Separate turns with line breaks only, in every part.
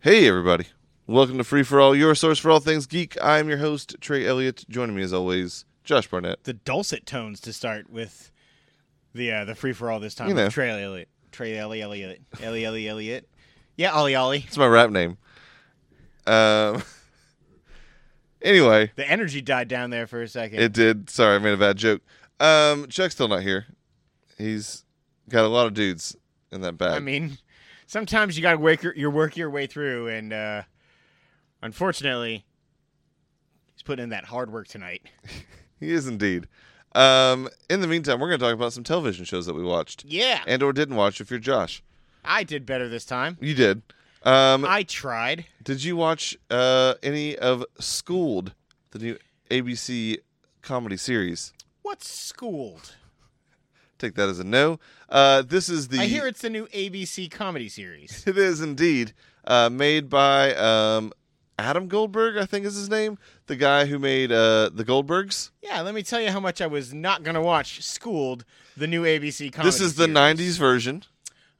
Hey, everybody. Welcome to Free for All, your source for all things geek. I'm your host, Trey Elliott. Joining me, as always, Josh Barnett.
the dulcet tones to start with the uh, the free for all this time.
You know.
with Trey Elliott, Trey Elliott, Elliott, Ellie Ellie Elliott. Yeah, Ollie Ollie.
It's my rap name. Um. Anyway,
The energy died down there for a second.
it did. Sorry, I made a bad joke. Um, Chuck's still not here. He's got a lot of dudes in that bag.
I mean, sometimes you gotta work your, your work your way through, and uh, unfortunately, he's putting in that hard work tonight.
he is indeed. Um, in the meantime, we're going to talk about some television shows that we watched
Yeah,
and or didn't watch. If you're Josh,
I did better this time.
you did. Um,
I tried.
Did you watch uh, any of Schooled, the new ABC comedy series?
What's schooled?
Take that as a no. Uh, this is the.
I hear it's the new ABC comedy series.
It is indeed uh, made by um, Adam Goldberg, I think is his name, the guy who made uh, the Goldbergs.
Yeah, let me tell you how much I was not gonna watch Schooled, the new ABC comedy.
this is the
series.
'90s version,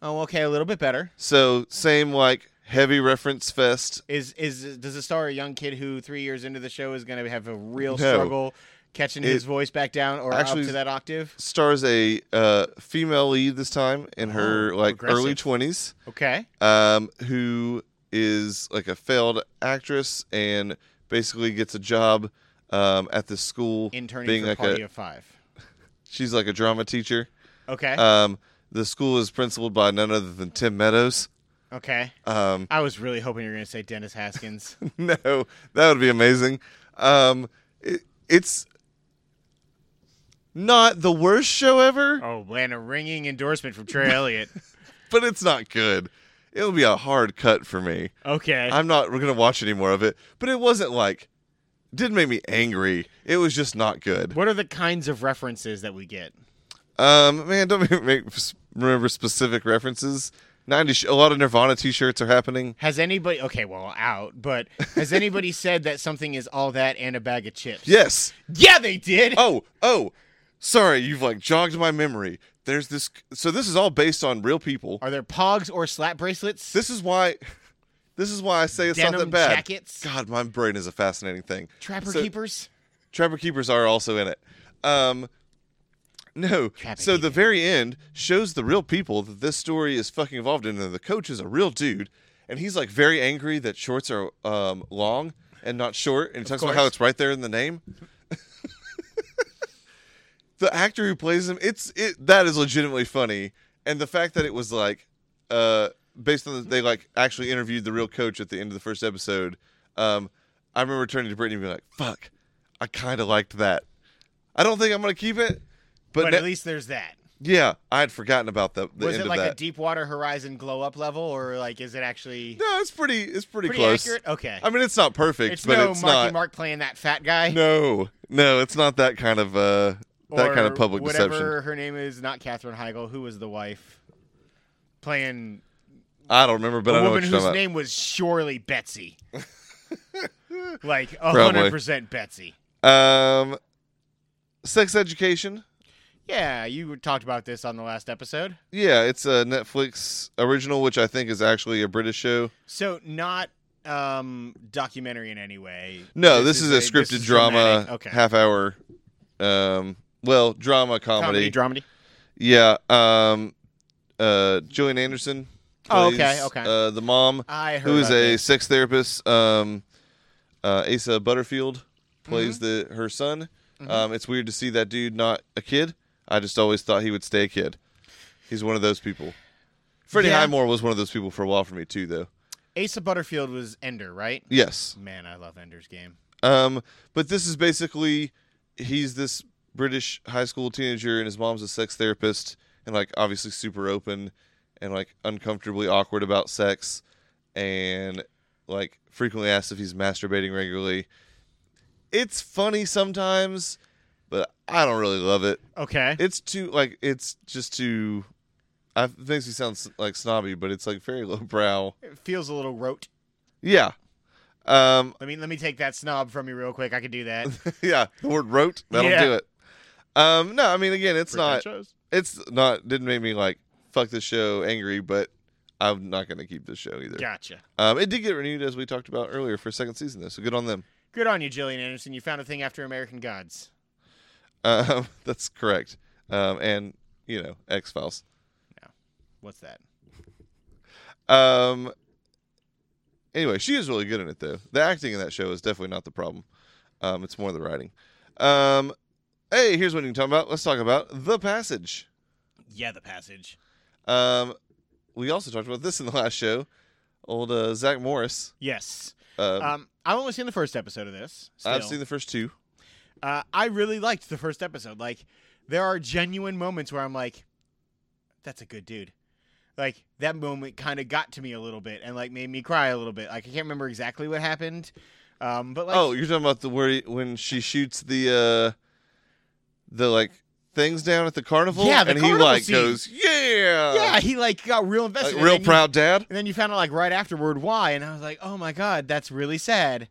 Oh, okay, a little bit better.
so same like heavy reference fest.
Is is does it star a young kid who three years into the show is going to have a real
No.
struggle catching his
It-
voice back down or
actually-
up to that octave?
Stars a uh, female lead this time in her
Oh,
like early
progressive.
twenties.
Okay,
um, who is like a failed actress and basically gets a job um, at this school,
interning
being
for
like
Party
a
of Five.
she's like a drama teacher.
Okay,
Um, the school is principled by none other than Tim Meadows.
okay.
Um,
I was really hoping you were going to say Dennis Haskins.
no, that would be amazing. Um, it, it's not the worst show ever,
oh, and a ringing endorsement from Trey Elliott.
but it's not good. It'll be a hard cut for me.
Okay,
I'm not going to watch any more of it. But it wasn't like didn't make me angry. It was just not good.
what are the kinds of references that we get?
Um, man, don't make, make remember specific references. Ninety, sh- a lot of Nirvana T-shirts are happening.
Has anybody? Okay, well, out. But has anybody said that something is all that and a bag of chips?
Yes.
yeah, they did.
Oh, oh. Sorry, you've like jogged my memory. There's this. So this is all based on real people.
Are there pogs or slap bracelets?
This is why. This is why I say it's not
Denim
that bad.
jackets?
God, my brain is a fascinating thing.
Trapper
So-
keepers.
Trapper Keepers are also in it. Um, no.
Trapper
so the very end shows the real people that this story is fucking involved in, and the coach is a real dude, and he's like very angry that shorts are um, long and not short, and he talks about how
course.
it's right there in the name. the actor who plays him, it's it that is legitimately funny, and the fact that it was like, uh, based on the, they like actually interviewed the real coach at the end of the first episode. Um, I remember turning to Brittany and being like, "Fuck, I kind of liked that. I don't think I'm gonna keep it, but,
But,
ne-
at least there's that.
yeah, I had forgotten about the, the
Was
end
it like
of
a
that.
deep water horizon glow up level, or like is it actually
no, it's pretty. It's pretty,
pretty
close.
accurate? Okay,
I mean, it's not perfect,
it's
but
no
it's
Marky
not.
Mark playing that fat guy.
No, no, it's not that kind of uh that
or
kind of public
whatever
deception.
her name is, not Katherine Heigl, who was the wife playing
I don't remember, but I
a
know what
woman
you're
whose
talking about.
name was surely Betsy. like
Probably.
hundred percent Betsy.
Um, sex education.
Yeah, you talked about this on the last episode.
Yeah, it's a Netflix original, which I think is actually a British show.
So not um documentary in any way.
No, this, is, a scripted
this is
drama,
dramatic. Okay.
half hour. Um, well, drama
comedy, dramedy.
Yeah. Um, uh, Julian Anderson.
Oh,
plays,
okay, okay.
Uh, the mom,
I heard
who is
about
a
this.
sex therapist. Um, uh, Asa Butterfield plays
Mm-hmm.
the her son. Um, it's weird to see that dude not a kid. I just always thought he would stay a kid. He's one of those people. Freddie
Yeah.
Highmore was one of those people for a while for me too, though.
Asa Butterfield was Ender, right?
Yes.
Man, I love Ender's Game.
Um, but this is basically he's this British high school teenager and his mom's a sex therapist and like obviously super open and like uncomfortably awkward about sex and like frequently asks if he's masturbating regularly. It's funny sometimes, but I don't really love it.
Okay.
It's too like it's just too I it makes me sound s- like snobby, but it's like very lowbrow.
It feels a little rote.
Yeah. Um
Let me let me take that snob from you real quick. I could do that.
yeah, the word wrote that'll
Yeah.
do it. Um, no, I mean, again, it's
For that
not.
shows.
It's not. Didn't make me like fuck the show angry, but I'm not going to keep this show either.
Gotcha.
Um, it did get renewed as we talked about earlier for a second season though, so good on them.
Good on you, Gillian Anderson. You found a thing after American Gods.
Um, that's correct. Um, and you know X Files.
What's that?
Um. Anyway, she is really good in it though. The acting in that show is definitely not the problem. Um, it's more the writing. Um, hey, here's what you can talk about. Let's talk about the passage.
Yeah, the passage.
Um, we also talked about this in the last show. Old uh, Zach Morris.
Yes.
Um,
Um, I've only seen the first episode of this.
I've
still.
seen the first two.
uh, I really liked the first episode. Like, there are genuine moments where I'm like, that's a good dude. Like, that moment kind of got to me a little bit and, like, made me cry a little bit. Like, I can't remember exactly what happened. Um, but, like,
oh, you're talking about the where he- when she shoots the uh, the like things down at the carnival.
Yeah, the
and he
carnival
like
scene.
goes, yeah,
yeah, he, like, got real
uh, like,
invested. and
real
then you-
proud dad.
and then you found out, like, right afterward why. And I was like, oh my God, that's really sad.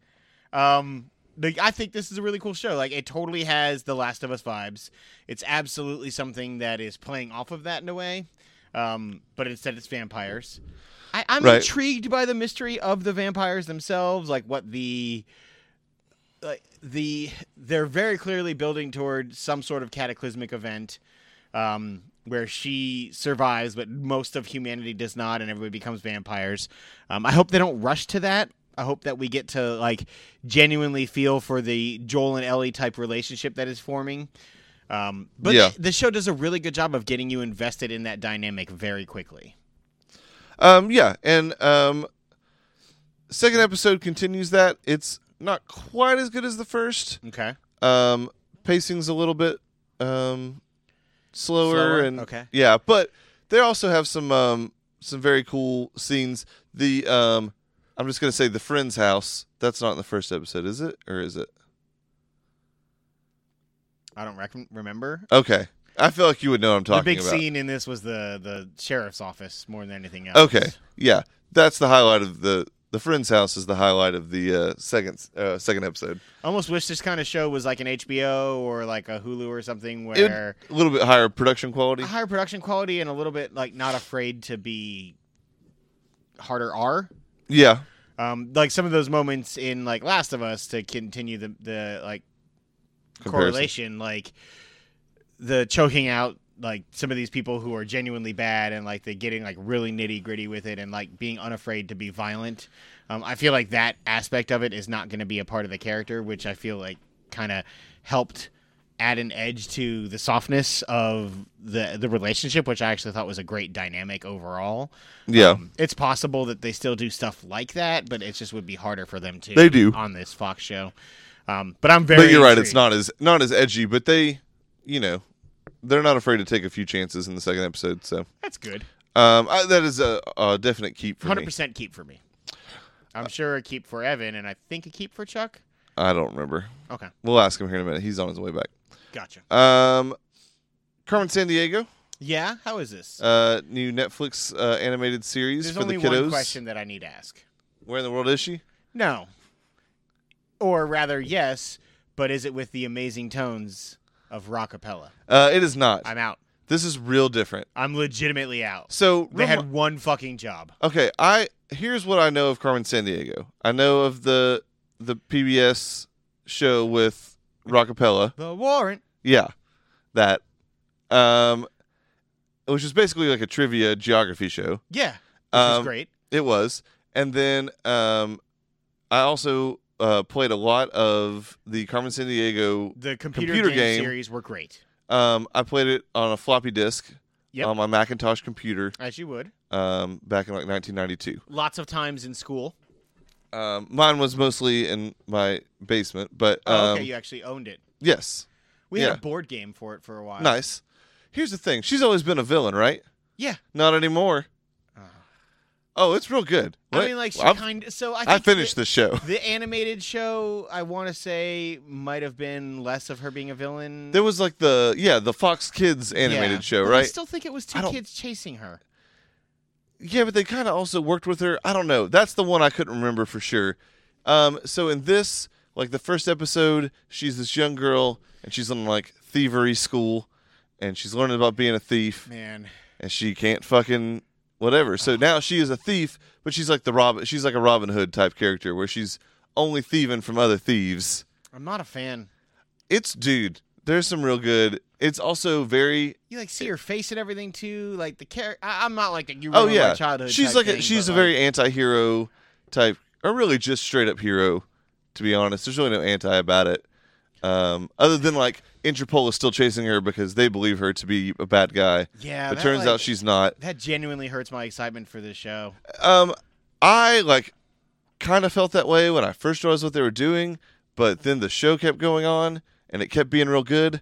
Um, like, I think this is a really cool show. Like, it totally has The Last of Us vibes. It's absolutely something that is playing off of that in a way. Um, but instead, it's vampires. I, I'm
Right.
intrigued by the mystery of the vampires themselves, like what the like the they're very clearly building toward some sort of cataclysmic event um, where she survives, but most of humanity does not, and everybody becomes vampires. Um, I hope they don't rush to that. I hope that we get to like genuinely feel for the Joel and Ellie type relationship that is forming. Um, but
Yeah.
the, the show does a really good job of getting you invested in that dynamic very quickly.
Um, yeah, and um, second episode continues that. It's not quite as good as the first.
Okay.
Um, pacing's a little bit um, slower,
Slower?
and
Okay.
yeah, but they also have some um, some very cool scenes. The um, I'm just gonna say the friend's house. That's not in the first episode, is it? Or is it?
I don't rec- remember.
Okay, I feel like you would know what I'm talking
the big
about.
scene in this was the the sheriff's office more than anything else.
Okay, yeah, that's the highlight of the the friend's house is the highlight of the uh, second uh, second episode.
Almost wish this kind of show was like an HBO or like a Hulu or something
It would-
where
a little bit higher production quality.
a higher production quality and a little bit like not afraid to be harder R.
Yeah,
Um, like some of those moments in like Last of Us to continue the the like
Comparison.
correlation, like the choking out like some of these people who are genuinely bad and like the getting like really nitty gritty with it and like being unafraid to be violent. Um, I feel like that aspect of it is not going to be a part of the character, which I feel like kind of helped add an edge to the softness of the the relationship, which I actually thought was a great dynamic overall.
yeah,
Um, it's possible that they still do stuff like that, but it just would be harder for them to.
They do.
on this Fox show. Um, but I'm very.
but you're right. It's
intrigued.
not as not as edgy, but they, you know, they're not afraid to take a few chances in the second episode. So
That's good.
um, I, that is a, a definite keep for
Hundred
me.
percent keep for me. I'm sure a keep for Evan, and I think a keep for Chuck.
I don't remember.
Okay,
We'll ask him here in a minute. He's on his way back.
gotcha.
Um, Carmen San Diego,
Yeah, how is this?
uh, new Netflix uh, animated series
There's
for the
only
kiddos.
one question that I need to ask.
Where in the world is she?
No, or rather, yes, but is it with the amazing tones of rockapella?
Uh, it is not.
I'm out.
this is real different.
I'm legitimately out.
So
They
remi-
had one fucking job.
Okay, I here's what I know of Carmen San Diego. I know of the the PBS show with Rockapella.
The warrant.
Yeah, that. Um, which is basically like a trivia geography show.
Yeah, which
Um,
is great.
It was, and then um, I also uh, played a lot of the Carmen San Diego.
The computer,
computer
game,
game.
series were great,
Um, I played it on a floppy disk
Yep.
on my Macintosh computer
as you would.
um, back in like 1992.
Lots of times in school.
Um, mine was mostly in my basement, but um,
Oh, okay, you actually owned it.
yes,
We
yeah.
had a board game for it for a while.
nice. Here's the thing: she's always been a villain, right?
Yeah.
Not anymore.
Ah.
Oh, it's real good.
I
What?
mean, like she
I've-
kind of. So I, think
I finished
the,
the show.
the animated show. I want to say might have been less of her being a villain.
There was like the yeah the Fox Kids
Yeah.
animated show,
But I
right?
still think it was
I
two
don't-
kids chasing her.
yeah, but they kind of also worked with her. I don't know. That's the one I couldn't remember for sure. Um, so in this, like the first episode, she's this young girl and she's in like thievery school, and she's learning about being a thief,
Man,
and she can't fucking whatever. So now she is a thief, but she's like the Robin. She's like a Robin Hood type character where she's only thieving from other thieves.
I'm not a fan.
It's dude. There's some real good. It's also very.
You like see her face and everything too, like the character. I'm not like that. You
Oh
ruined my
yeah,
childhood.
she's
type
like
thing,
a, she's
but,
a
like,
very anti-hero type, or really just straight up hero. To be honest, there's really no anti about it. Um, other than like Interpol is still chasing her because they believe her to be a bad guy.
yeah.
But
that,
turns out
like-
she's not.
that genuinely hurts my excitement for this show.
Um, I like kind of felt that way when I first realized what they were doing, but then the show kept going on and it kept being real good,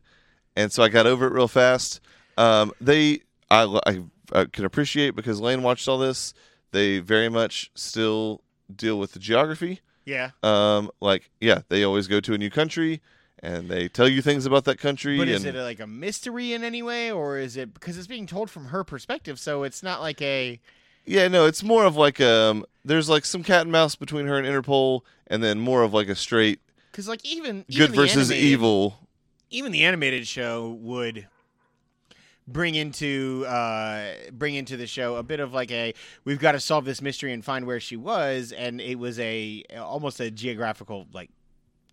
and so I got over it real fast. Um, they I I, I can appreciate because Lane watched all this. They very much still deal with the geography.
Yeah,
Um, like yeah, they always go to a new country and they tell you things about that country.
but is
and
it like a mystery in any way, or is it because it's being told from her perspective? So it's not like a
Yeah, no, it's more of like um, there's like some cat and mouse between her and Interpol, and then more of like a straight
because like even, even
good
the
versus
animated-
evil.
Even the animated show would bring into uh bring into the show a bit of like a we've got to solve this mystery and find where she was and it was a almost a geographical like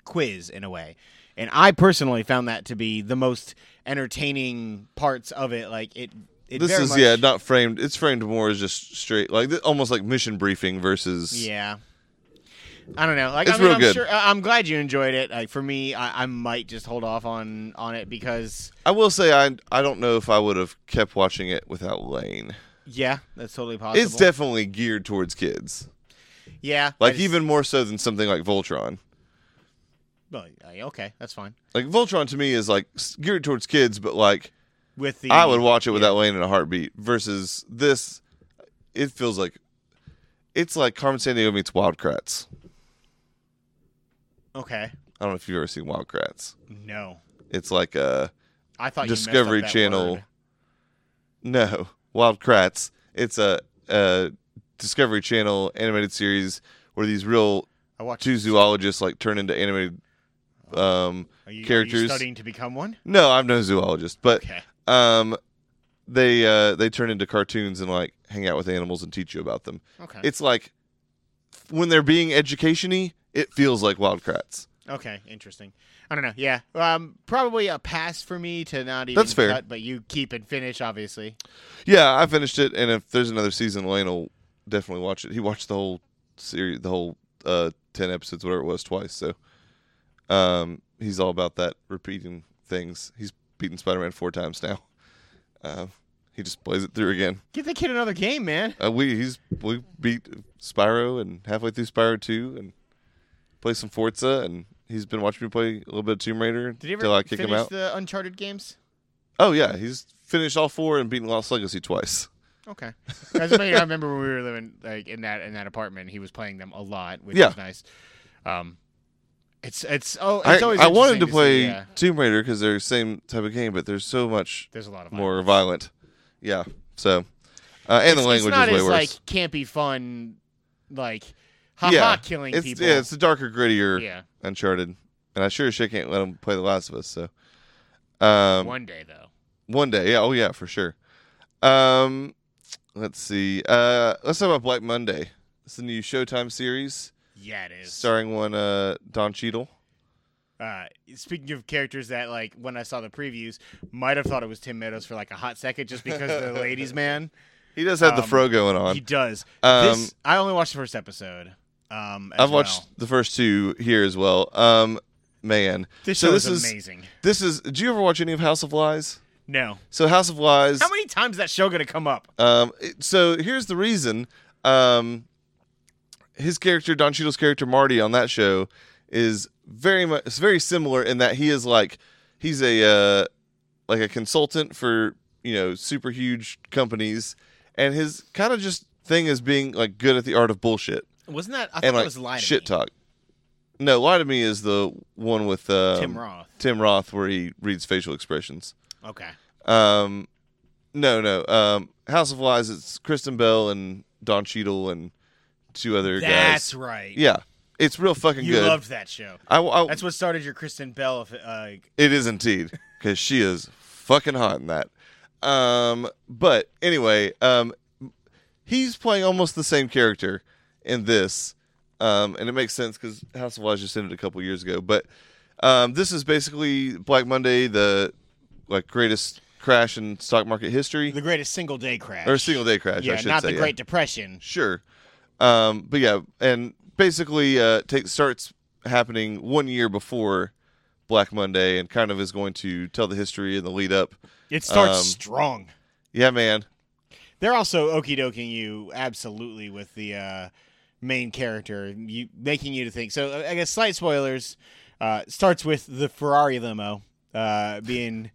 quiz in a way and i personally found that to be the most entertaining parts of it like it, it
This
very
is
much-
yeah, not framed. It's framed more as just straight, like th- almost like mission briefing versus.
Yeah. I don't know. Like
It's
I mean,
real
I'm
good.
sure I- I'm glad you enjoyed it. Like for me, I, I might just hold off on on it because
I will say I I don't know if I would have kept watching it without Lane.
yeah, that's totally possible.
It's definitely geared towards kids,
yeah, I
like
just-
even more so than something like Voltron.
well, uh, okay, that's fine.
Like Voltron to me is like s- geared towards kids, but like
With the
I would watch it without Lane in a heartbeat. Versus this, it feels like it's like Carmen Sandiego meets Wildcrats.
okay,
I don't know if you've ever seen Wildcrats.
no,
It's like uh
I thought you messed up
Discovery
that
Channel.
word.
No, Wild Kratts. It's a, a Discovery Channel animated series where these real
I watched
two zoologists like turn into animated. Um,
are you, Are you
characters.
studying to become one.
no, I'm no zoologist, but
Okay,
um, they uh, they turn into cartoons and like hang out with animals and teach you about them.
okay,
It's like when they're being education-y, it feels like Wild Kratts.
okay, interesting. I don't know. Yeah, um, probably a pass for me to not even.
That's fair.
cut, but you keep and finish, obviously.
Yeah, I finished it, and if there's another season, Lane will definitely watch it. He watched the whole series, the whole uh, ten episodes, whatever it was, twice. So, um, he's all about that repeating things. He's beaten Spider-Man four times now. Uh, he just plays it through again.
Give the kid another game, man.
Uh, we he's we beat Spyro and halfway through Spyro two, and play some Forza, and he's been watching me play a little bit of Tomb Raider
Did he
till I
ever
kick
finish
him out.
the Uncharted games?
oh yeah, he's finished all four and beaten Lost Legacy twice.
Okay. 'Cause, I mean, I remember when we were living like in that in that apartment, he was playing them a lot, which
Yeah.
was nice. Um, it's it's oh,
I,
it's always
I wanted
interesting
to
see,
play
yeah,
Tomb Raider because they're the same type of game, but there's so much
there's a lot of
more violent. Yeah, so uh, and
violence.
the
It's-
language
it's not
is way
as,
worse.
Like can't be fun, like haha
Yeah.
killing
it's
people.
yeah, it's the darker, grittier
Yeah.
Uncharted, and I sure as shit can't let them play The Last of Us. So um, one.
One day though.
day, yeah, oh yeah, for sure. Um, let's see. Uh, let's talk about Black Monday. It's the new Showtime series
Yeah, it is.
starring one uh, Don Cheadle.
Uh, speaking of characters that like when I saw the previews, might have thought it was Tim Meadows for like a hot second just because of the ladies man.
He does have the
Um,
fro going on.
He does.
Um,
this, I only watched the first episode. Um, as
I've watched
well.
the first two here as well. Um, man,
This
so
show
this
is
is
amazing.
this is. Do you ever watch any of House of Lies?
No.
So House of Lies.
How many times is that show gonna come up?
um, it- so here's the reason. Um, his character, Don Cheadle's character Marty on that show, is very much it's very similar in that he is like he's a uh, like a consultant for you know super huge companies, and his kind of just thing is being like good at the art of bullshit.
Wasn't that I thought
and
it
like
was Lie to
shit
Me.
talk. No, lie to me is the one with um,
Tim Roth.
Tim Roth, where he reads facial expressions.
Okay.
Um, no, no. Um, House of Lies. It's Kristen Bell and Don Cheadle and two other
That's
guys.
right.
Yeah, it's real fucking
You
good.
loved that show.
I, I-
That's what started your Kristen Bell uh,
It is indeed, because she is fucking hot in that. Um, but anyway, um, he's playing almost the same character in this, um, and it makes sense because House of Lies just ended a couple years ago. But um, this is basically Black Monday, the like greatest crash in stock market history
The greatest single day crash.
or single day crash. I
yeah,
should
not
say,
the
yeah.
Great Depression.
Sure. Um, but yeah, and basically uh take starts happening one year before Black Monday and kind of is going to tell the history and the lead up.
It starts
Um,
strong.
Yeah, man.
They're also okey doking you absolutely with the uh, main character, you making you to think. So I guess slight spoilers. Uh, starts with the Ferrari limo uh, being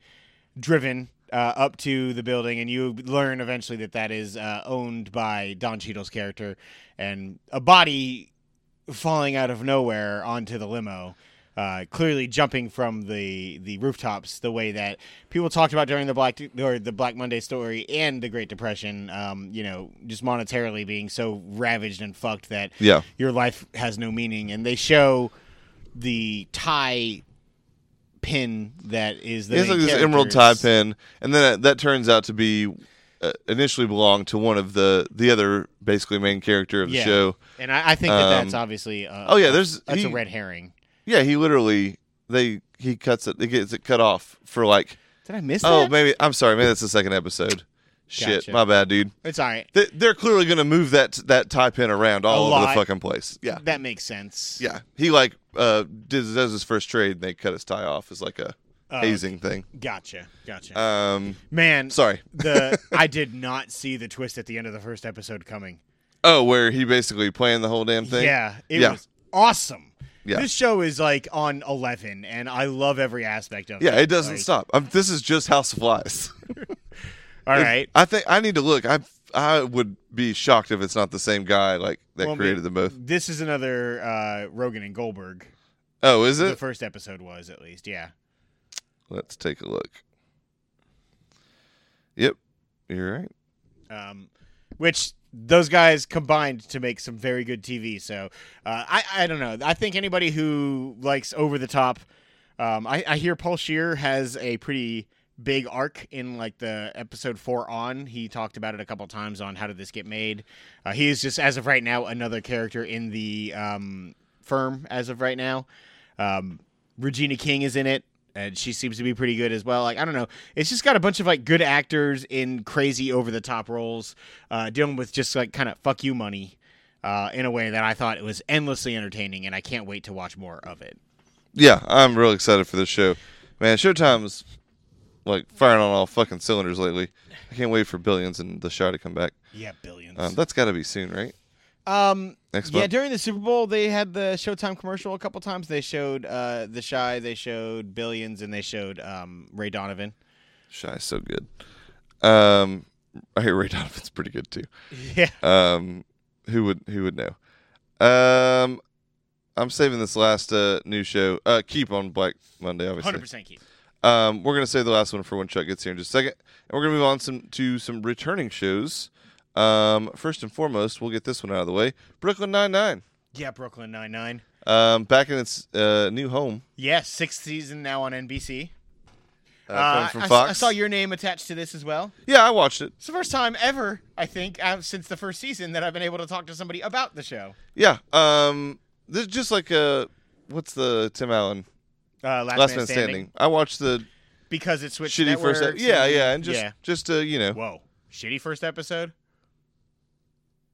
driven uh, up to the building, and you learn eventually that that is uh, owned by Don Cheadle's character, and a body falling out of nowhere onto the limo. Uh, clearly jumping from the, the rooftops the way that people talked about during the Black or the Black Monday story and the Great Depression, um, you know, just monetarily being so ravaged and fucked that
Yeah.
your life has no meaning. And they show the tie pin that is the
He has
main
like this emerald tie
character's-
pin, and then that, that turns out to be uh, initially belonged to one of the the other basically main character of the
Yeah.
show.
And I, I think that that's
Um,
obviously uh,
Oh yeah, there's
that's
he,
a red herring.
Yeah, he literally they he cuts it. It gets it cut off for like.
Did I miss
Oh,
that?
maybe I'm sorry. Maybe that's the second episode. Shit,
Gotcha.
my bad, dude.
It's all right.
They, they're clearly going to move that that tie pin around all
A
over the
lot. Mm-hmm.
fucking place. Yeah,
That makes sense.
yeah. He like uh does, does his first trade and they cut his tie off as like a
Uh,
hazing thing.
Gotcha. Gotcha.
Um,
Man,
sorry.
the I did not see the twist at the end of the first episode coming.
Oh, where he basically playing the whole damn thing.
Yeah, it
Yeah.
was awesome.
Yeah.
This show is like on eleven, and I love every aspect of it.
Yeah, it doesn't
Like,
stop. I'm, this is just House of Flies.
All right,
I think I need to look. I I would be shocked if it's not the same guy like that
Well,
created them both.
this is another uh, Rogan and Goldberg.
Oh, is
The
it?
first episode was at least, yeah.
Let's take a look. Yep, you're right.
Um, which those guys combined to make some very good TV. So uh, I I don't know. I think anybody who likes over the top, um, I, I hear Paul Shear has a pretty big arc in like the episode four on. He talked about it a couple times on how did this get made. Uh, he is just as of right now another character in the um, firm as of right now. Um, Regina King is in it. And she seems to be pretty good as well. Like I don't know, it's just got a bunch of like good actors in crazy over the top roles, uh, dealing with just like kind of fuck you money, uh, in a way that I thought it was endlessly entertaining, and I can't wait to watch more of it.
Yeah, I'm real excited for this show. Man, Showtime's like firing on all fucking cylinders lately. I can't wait for Billions and The Shy to come back.
Yeah, billions.
Um, that's got to be soon, right?
Um,
Next
yeah,
month.
during the Super Bowl, they had the Showtime commercial a couple times. They showed uh, the shy, they showed billions, and they showed um, Ray Donovan.
Shy's so good. Um, I hear Ray Donovan's pretty good too.
Yeah,
Um, who would who would know? Um, I'm saving this last uh, new show. Uh, keep on Black Monday, obviously.
hundred percent, Keith.
Um, we're gonna save the last one for when Chuck gets here in just a second, and we're gonna move on some to some returning shows. Um, first and foremost, we'll get this one out of the way. Brooklyn Nine Nine,
Yeah, Brooklyn Nine Nine.
um, back in its uh, new home
Yes, sixth season now on NBC.
uh,
Uh,
coming from
I-
Fox.
I saw your name attached to this as well.
Yeah, I watched it.
It's the first time ever, I think, uh, since the first season that I've been able to talk to somebody about the show.
Yeah. Um, this is just like uh, what's the Tim Allen
Uh, Last,
Last Man Standing? I watched the
Because it switched
shitty
networks.
first. ep- yeah, yeah, and just
Yeah.
just uh, you know,
Whoa. Shitty first episode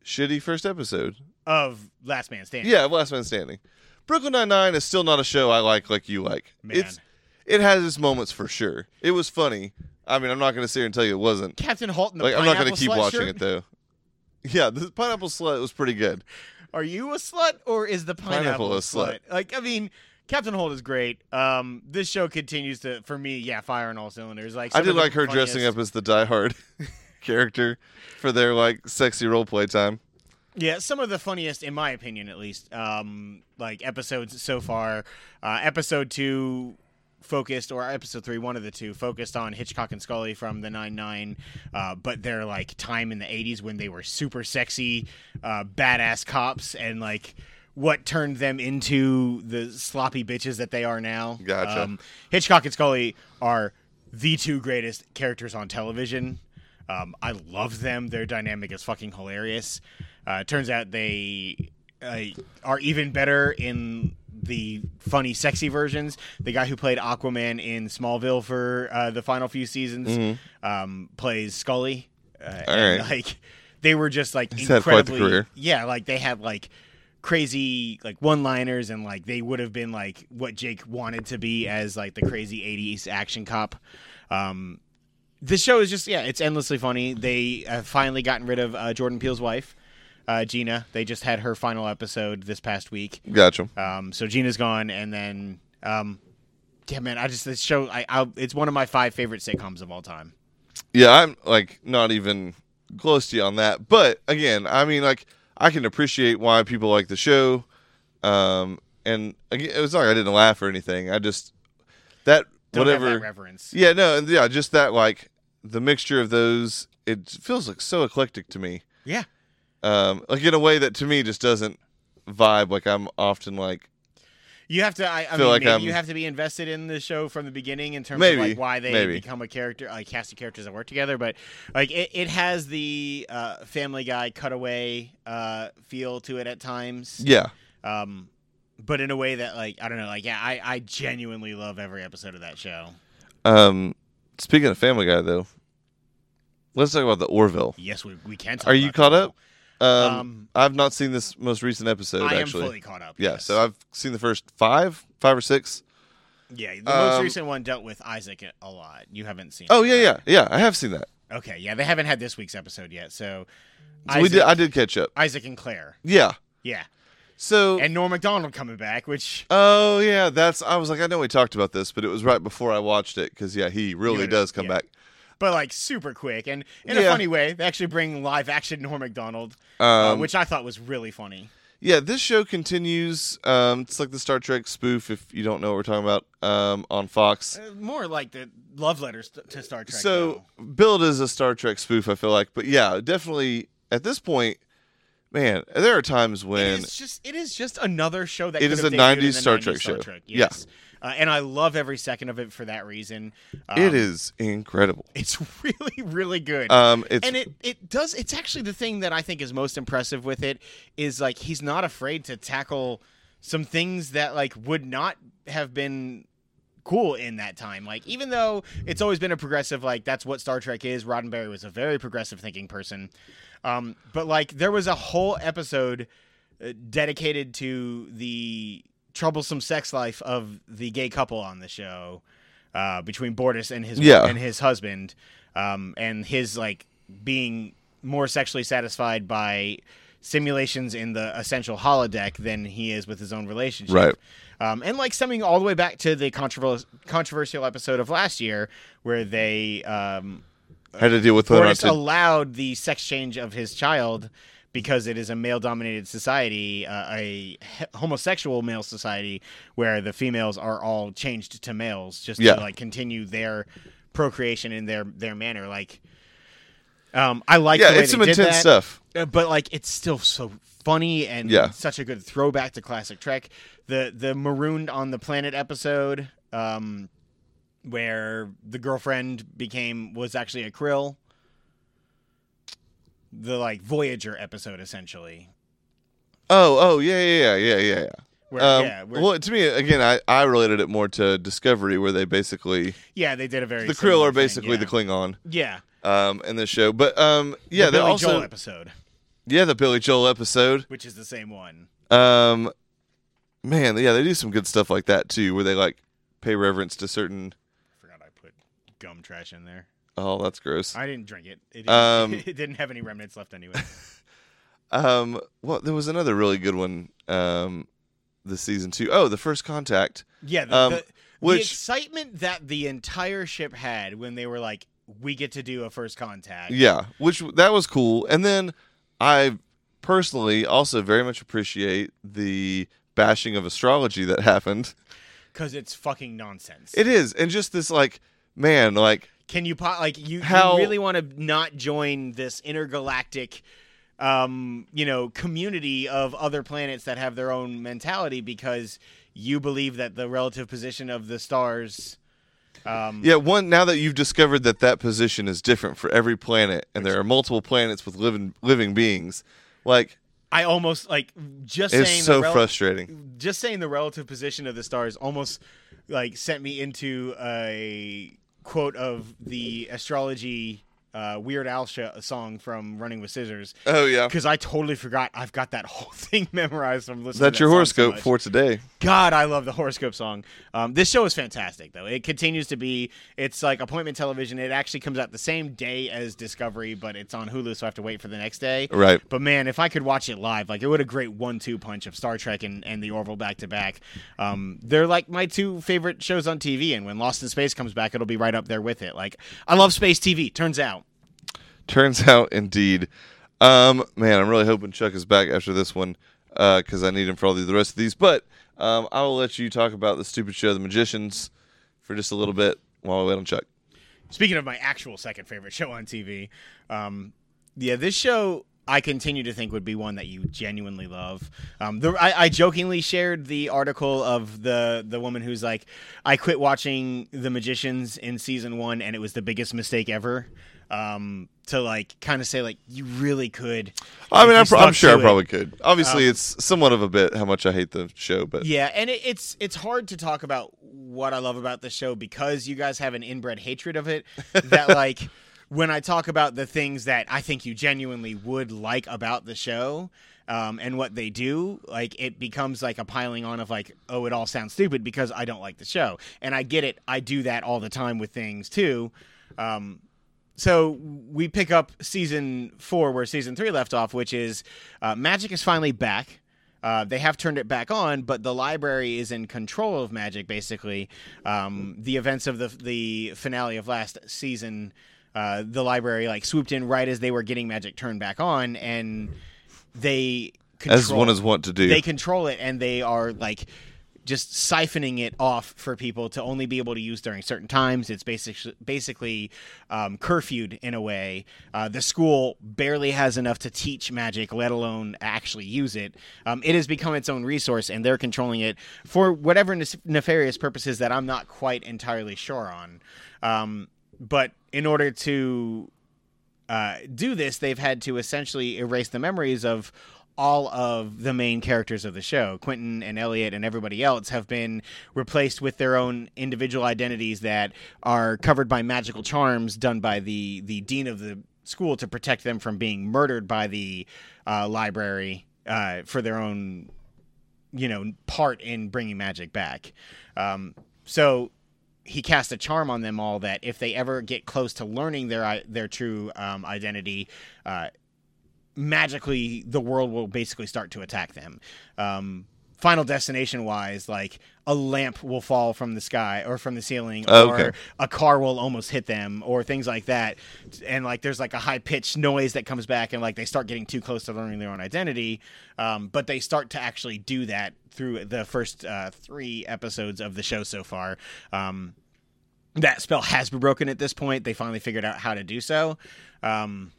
shitty first episode.
of Last Man Standing.
Yeah, Last Man Standing. Brooklyn Nine Nine is still not a show I like like you like.
Man.
It's it has its moments for sure. It was funny. I mean, I'm not going to sit here and tell you it wasn't.
Captain Holt and the
Like, I'm not going
Pineapple
to keep
Slut
watching
shirt.
it though. Yeah, the pineapple slut was pretty good.
Are you a slut or is the pineapple,
Pineapple
a
a slut.
slut? Like, I mean, Captain Holt is great. Um, this show continues to, for me, yeah, fire on all cylinders. Like,
I did like her dressing up as the Die Hard character for their like sexy role play time.
Yeah, some of the funniest, in my opinion, at least, um, like episodes so far. Uh, episode two focused, or episode three, one of the two, focused on Hitchcock and Scully from the Nine Nine, uh, but their like time in the '80s when they were super sexy, uh, badass cops, and like what turned them into the sloppy bitches that they are now.
Gotcha.
Um, Hitchcock and Scully are the two greatest characters on television. Um, I love them. Their dynamic is fucking hilarious. Uh, it turns out they uh, are even better in the funny, sexy versions. The guy who played Aquaman in Smallville for uh, the final few seasons um, plays Scully. Uh,
Mm-hmm. All
and,
right.
Like they were just like
He's had quite the
incredibly.
career.
Yeah, like they had like crazy like one-liners and like they would have been like what Jake wanted to be as like the crazy 80s action cop. Um, this show is just yeah, it's endlessly funny. They have finally gotten rid of uh, Jordan Peele's wife, uh, Gina. They just had her final episode this past week.
Gotcha.
Um, so Gina's gone, and then um, yeah, man, I just this show. I I'll, it's one of my five favorite sitcoms of all time.
Yeah, I'm like not even close to you on that. But again, I mean, like I can appreciate why people like the show. Um, and again, it was not like I didn't laugh or anything. I just that
Don't have
whatever.
that reverence.
yeah, no, and yeah, just that like the mixture of those. It feels like so eclectic to me.
Yeah.
Um, like in a way that to me just doesn't vibe. Like I'm often like
You have to. I, I
Feel
mean,
like
maybe
I'm-
you have to be invested in the show from the beginning in terms
Maybe,
of like why they
maybe.
become a character, uh, like cast of characters that work together. But like it, it has the uh, Family Guy cutaway uh, feel to it at times.
yeah,
Um, but in a way that like I don't know, like yeah, I I genuinely love every episode of that show.
Um, speaking of Family Guy, though, let's talk about the Orville.
Yes, we we can. Talk
Are you
about
caught
that.
up? Um,
Um,
I've not seen this most recent episode.
I am
actually,
fully caught up.
yeah.
yes.
So I've seen the first five, five or six.
yeah, the most
um,
recent one dealt with Isaac a- a lot. You haven't seen.
Oh
it,
yeah,
right?
yeah, yeah. I have seen that.
Okay, yeah, they haven't had this week's episode yet. So,
So
Isaac,
we did. I did catch up.
Isaac and Claire.
Yeah.
Yeah,
So.
and Norm Macdonald coming back, which
oh yeah, that's. I was like, I know we talked about this, but it was right before I watched it because yeah, he really
would-
does come
yeah.
back.
but like super quick and in a
Yeah.
funny way. They actually bring live action Norm Macdonald, uh,
Um,
which I thought was really funny.
yeah, this show continues. Um, it's like the Star Trek spoof, if you don't know what we're talking about, um, on Fox.
Uh, more like the love letters t- to Star Trek.
so
though.
build is a Star Trek spoof, I feel like, but yeah, definitely at this point, man, there are times when
It is just it is just another show that
It
could
is
have
a
debuted
90s
in the
Star Trek show. Yeah.
Yes. Uh, and I love every second of it for that reason. Um,
it is incredible.
It's really really good.
Um, it's
and it it does it's actually the thing that I think is most impressive with it is like he's not afraid to tackle some things that like would not have been cool in that time like even though it's always been a progressive like that's what star trek is roddenberry was a very progressive thinking person um but like there was a whole episode uh, dedicated to the troublesome sex life of the gay couple on the show uh, between Bortis and his
Yeah.
and his husband, um, and his like being more sexually satisfied by simulations in the essential holodeck than he is with his own relationship,
Right.
Um, and like stemming all the way back to the controversial controversial episode of last year where they um,
had to deal with whether or not
Portis
to,
allowed the sex change of his child because it is a male dominated society, uh, a he- homosexual male society where the females are all changed to males just
Yeah.
to like continue their procreation in their their manner like um I like
yeah,
the way
it's
they
some
did
intense
that,
stuff.
uh, but like it's still so funny and
Yeah.
such a good throwback to classic Trek. The the marooned on the planet episode um where the girlfriend became was actually a krill the like voyager episode essentially
Oh, oh yeah, yeah, yeah, yeah, yeah.
where,
yeah. Um,
yeah, where,
well, to me, again, I, I related it more to Discovery, where they basically
yeah they did a very
the Krill
similar
are
thing,
basically
yeah.
the Klingon
yeah
um, in the show, but um, yeah,
the
they
Billy
also
Joel episode
yeah the Billy Joel episode.
which is the same one
Um, man, yeah, they do some good stuff like that too, where they like pay reverence to certain.
I forgot I put gum trash in there
Oh, that's gross.
I didn't drink it it didn't,
Um,
it didn't have any remnants left anyway
Um, well, there was another really good one. Um, this season two. Oh, the first contact.
Yeah, the,
Um,
the, the
which-
excitement that the entire ship had when they were like, "We get to do a first contact."
Yeah, which that was cool. And then I personally also very much appreciate the bashing of astrology that happened.
because it's fucking nonsense.
It is, and just this like, man, like
Can you po- like you,
How-
you really want to not join this intergalactic, um, you know, community of other planets that have their own mentality because you believe that the relative position of the stars Um,
Yeah, one. Now that you've discovered that that position is different for every planet, and there are multiple planets with living living beings, like
I almost like just saying
it's so
the rel-
frustrating.
just saying the relative position of the stars almost like sent me into a quote of the astrology uh, Weird Al sh- song from Running with Scissors
Oh yeah,
because I totally forgot I've got that whole thing memorized from listening.
that's
to that
your
song so
horoscope
much.
for today.
God, I love the horoscope song. Um, this show is fantastic, though. It continues to be. It's like appointment television. It actually comes out the same day as Discovery, but it's on Hulu, so I have to wait for the next day.
Right.
But man, if I could watch it live, like it would a great one-two punch of Star Trek and, and the Orville back to back. Um, they're like my two favorite shows on TV, and when Lost in Space comes back, it'll be right up there with it. Like I love space TV. Turns out,
Turns out, indeed. Um, man, I'm really hoping Chuck is back after this one because I need him for all the, the rest of these. But um, I will let you talk about the stupid show, The Magicians, for just a little bit while we wait on Chuck.
Speaking of my actual second favorite show on TV, um, yeah, this show I continue to think would be one that you genuinely love. Um, the, I, I jokingly shared the article of the the woman who's like, I quit watching The Magicians in season one, and it was the biggest mistake ever. Um, to like kind of say like you really could.
I
if
mean,
you Um,
I'm, pro- I'm
stuck
sure
to
I
it.
probably could. Obviously, it's somewhat of a bit how much I hate the show, but
Yeah, and it, it's it's hard to talk about what I love about the show because you guys have an inbred hatred of it. That like when I talk about the things that I think you genuinely would like about the show um, and what they do, like it becomes like a piling on of like, oh, it all sounds stupid because I don't like the show, and I get it. I do that all the time with things too. Um, so we pick up season four where season three left off, which is uh, magic is finally back. Uh, they have turned it back on, but the library is in control of magic. Basically, um, the events of the the finale of last season, uh, the library like swooped in right as they were getting magic turned back on, and they control,
as one is wont to do.
they control it and they are like just siphoning it off for people to only be able to use during certain times. It's basically basically um, curfewed in a way. Uh, the school barely has enough to teach magic, let alone actually use it. Um, it has become its own resource, and they're controlling it for whatever nes- nefarious purposes that I'm not quite entirely sure on. Um, but in order to uh, do this, they've had to essentially erase the memories of all of the main characters of the show. Quentin and Elliot and everybody else have been replaced with their own individual identities that are covered by magical charms done by the the dean of the school to protect them from being murdered by the uh, library uh, for their own you know part in bringing magic back. Um, so he cast a charm on them all that if they ever get close to learning their i- their true um, identity, uh, magically the world will basically start to attack them. Um, Final destination wise, like a lamp will fall from the sky or from the ceiling,
Oh,
or
okay.
a car will almost hit them, or things like that. And like there's like a high pitched noise that comes back, and like they start getting too close to learning their own identity. Um, but they start to actually do that through the first uh, three episodes of the show so far. Um, that spell has been broken at this point. They finally figured out how to do so. Um,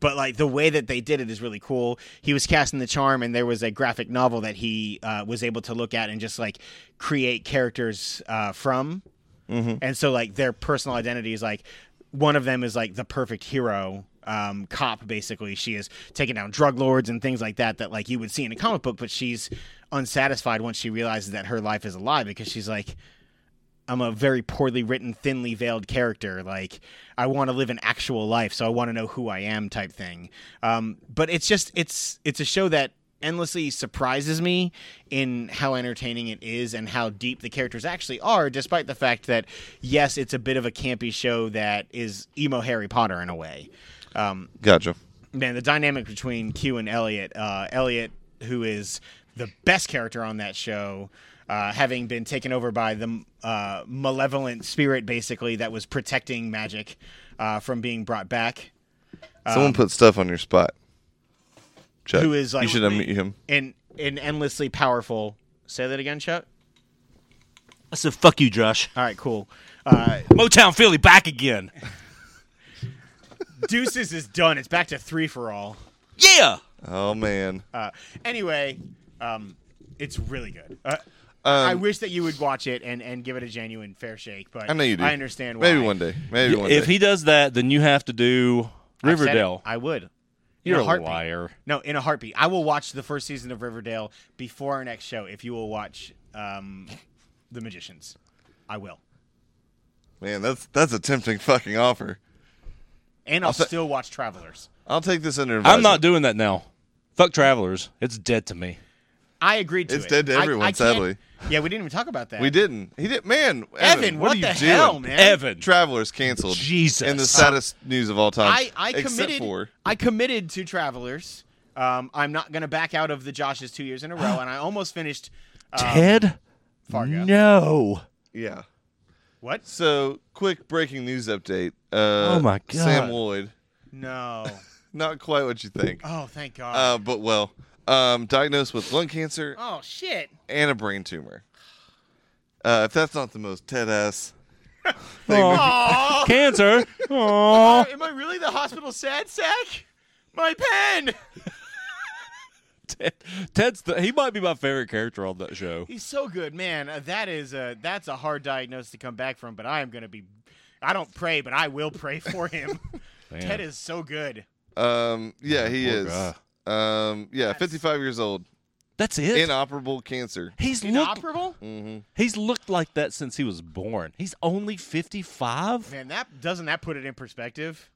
but like the way that they did it is really cool. He was casting the charm, and there was a graphic novel that he uh, was able to look at and just like create characters uh, from.
Mhm.
And so like their personal identity is like one of them is like the perfect hero um, cop. Basically, she is taking down drug lords and things like that that like you would see in a comic book, but she's unsatisfied once she realizes that her life is a lie because she's like. I'm a very poorly written, thinly veiled character. Like, I want to live an actual life, so I want to know who I am, type thing. Um, but it's just it's it's a show that endlessly surprises me in how entertaining it is and how deep the characters actually are, despite the fact that yes, it's a bit of a campy show that is emo Harry Potter in a way. Um,
Gotcha.
man, the dynamic between Q and Elliot, uh, Elliot, who is the best character on that show, uh, having been taken over by the uh, malevolent spirit, basically that was protecting magic uh, from being brought back.
Someone put stuff on your spot. Chuck,
Um, Who is, like-
you should
That was
unmute him.
and an endlessly powerful. Say that again, Chuck.
I said, fuck you, Josh.
All right, cool. Uh,
Motown Philly back again.
Deuces is done. It's back to three for all.
Yeah.
Oh man,
Uh, anyway, um, it's really good. Uh,
Um,
I wish that you would watch it and, and give it a genuine fair shake, but
I know you do.
I understand why.
Maybe one day. Maybe one
if
day.
he does that, then you have to do
I've said it.
Riverdale.
I would. In
You're a
heartbeat.
liar.
No, in a heartbeat. I will watch the first season of Riverdale before our next show if you will watch um, The Magicians. I will.
Man, that's that's a tempting fucking offer.
And I'll,
say-
still watch Travelers.
I'll take this under advisement.
I'm not doing that now. Fuck Travelers. It's dead to me.
I agreed to
It's
it.
dead to
I-
everyone,
I can't-
sadly.
Yeah, we didn't even talk about that.
We didn't. He did. Man,
Evan,
Evan,
what,
are you
the
doing?
hell, man?
Evan.
Travelers canceled.
Jesus.
And the saddest news of all time.
I, I
except
committed.
for
I committed to Travelers. Um, I'm not going to back out of the Josh's two years in a row, and I almost finished. Um,
Ted?
Fargo.
No.
yeah.
What?
So quick breaking news update. Uh,
Oh, my God.
Sam Lloyd.
No.
Not quite what you think.
Oh, thank God.
Uh, but well, um, diagnosed with lung cancer
oh shit.
and a brain tumor. Uh, if that's not the most Ted ass thing.
Oh,
Cancer. Aw.
am I really the hospital sad sack? My pen.
Ted, Ted's the, he might be my favorite character on that show.
He's so good, man. Uh, that is a that's a hard diagnosis to come back from, but I am going to be. I don't pray, but I will pray for him. Ted is so good.
Um, yeah, he
Poor
is. Um, yeah, 55 years old.
That's it.
Inoperable cancer.
he's looked
Inoperable?
he's looked like that since he was born. He's only 55.
Man, that doesn't that put it in perspective?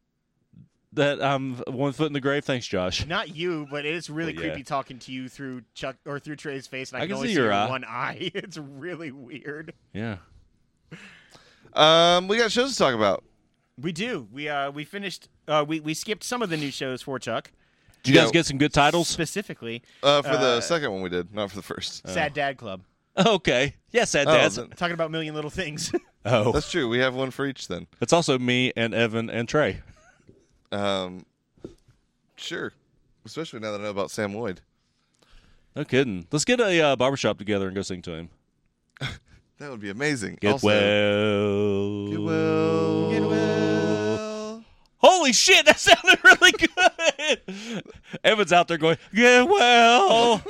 That I'm one foot in the grave. Thanks, Josh.
Not you, but it's really
Well, yeah.
creepy talking to you through Chuck or through Trey's face, and I,
I can
only
see
see
your
your
eye.
one eye. It's really weird.
Yeah.
Um, we got shows to talk about.
We do. We uh we finished. Uh, we we skipped some of the new shows for Chuck
Did you guys
No.
get some good titles?
specifically.
Uh, for
Uh,
the second one we did, not for the first.
Oh.
Sad Dad Club.
Okay. Yes, that
Oh,
does.
then-
Talking about million little things.
Oh,
that's true. We have one for each then.
it's also me and Evan and Trey.
Um, sure. Especially now that I know about Sam Lloyd.
No kidding. Let's get a uh, barbershop together and go sing to him.
That would be amazing.
Get
also,
well.
Get well. Get well.
Holy shit, that sounded really good. Evan's out there going, get well.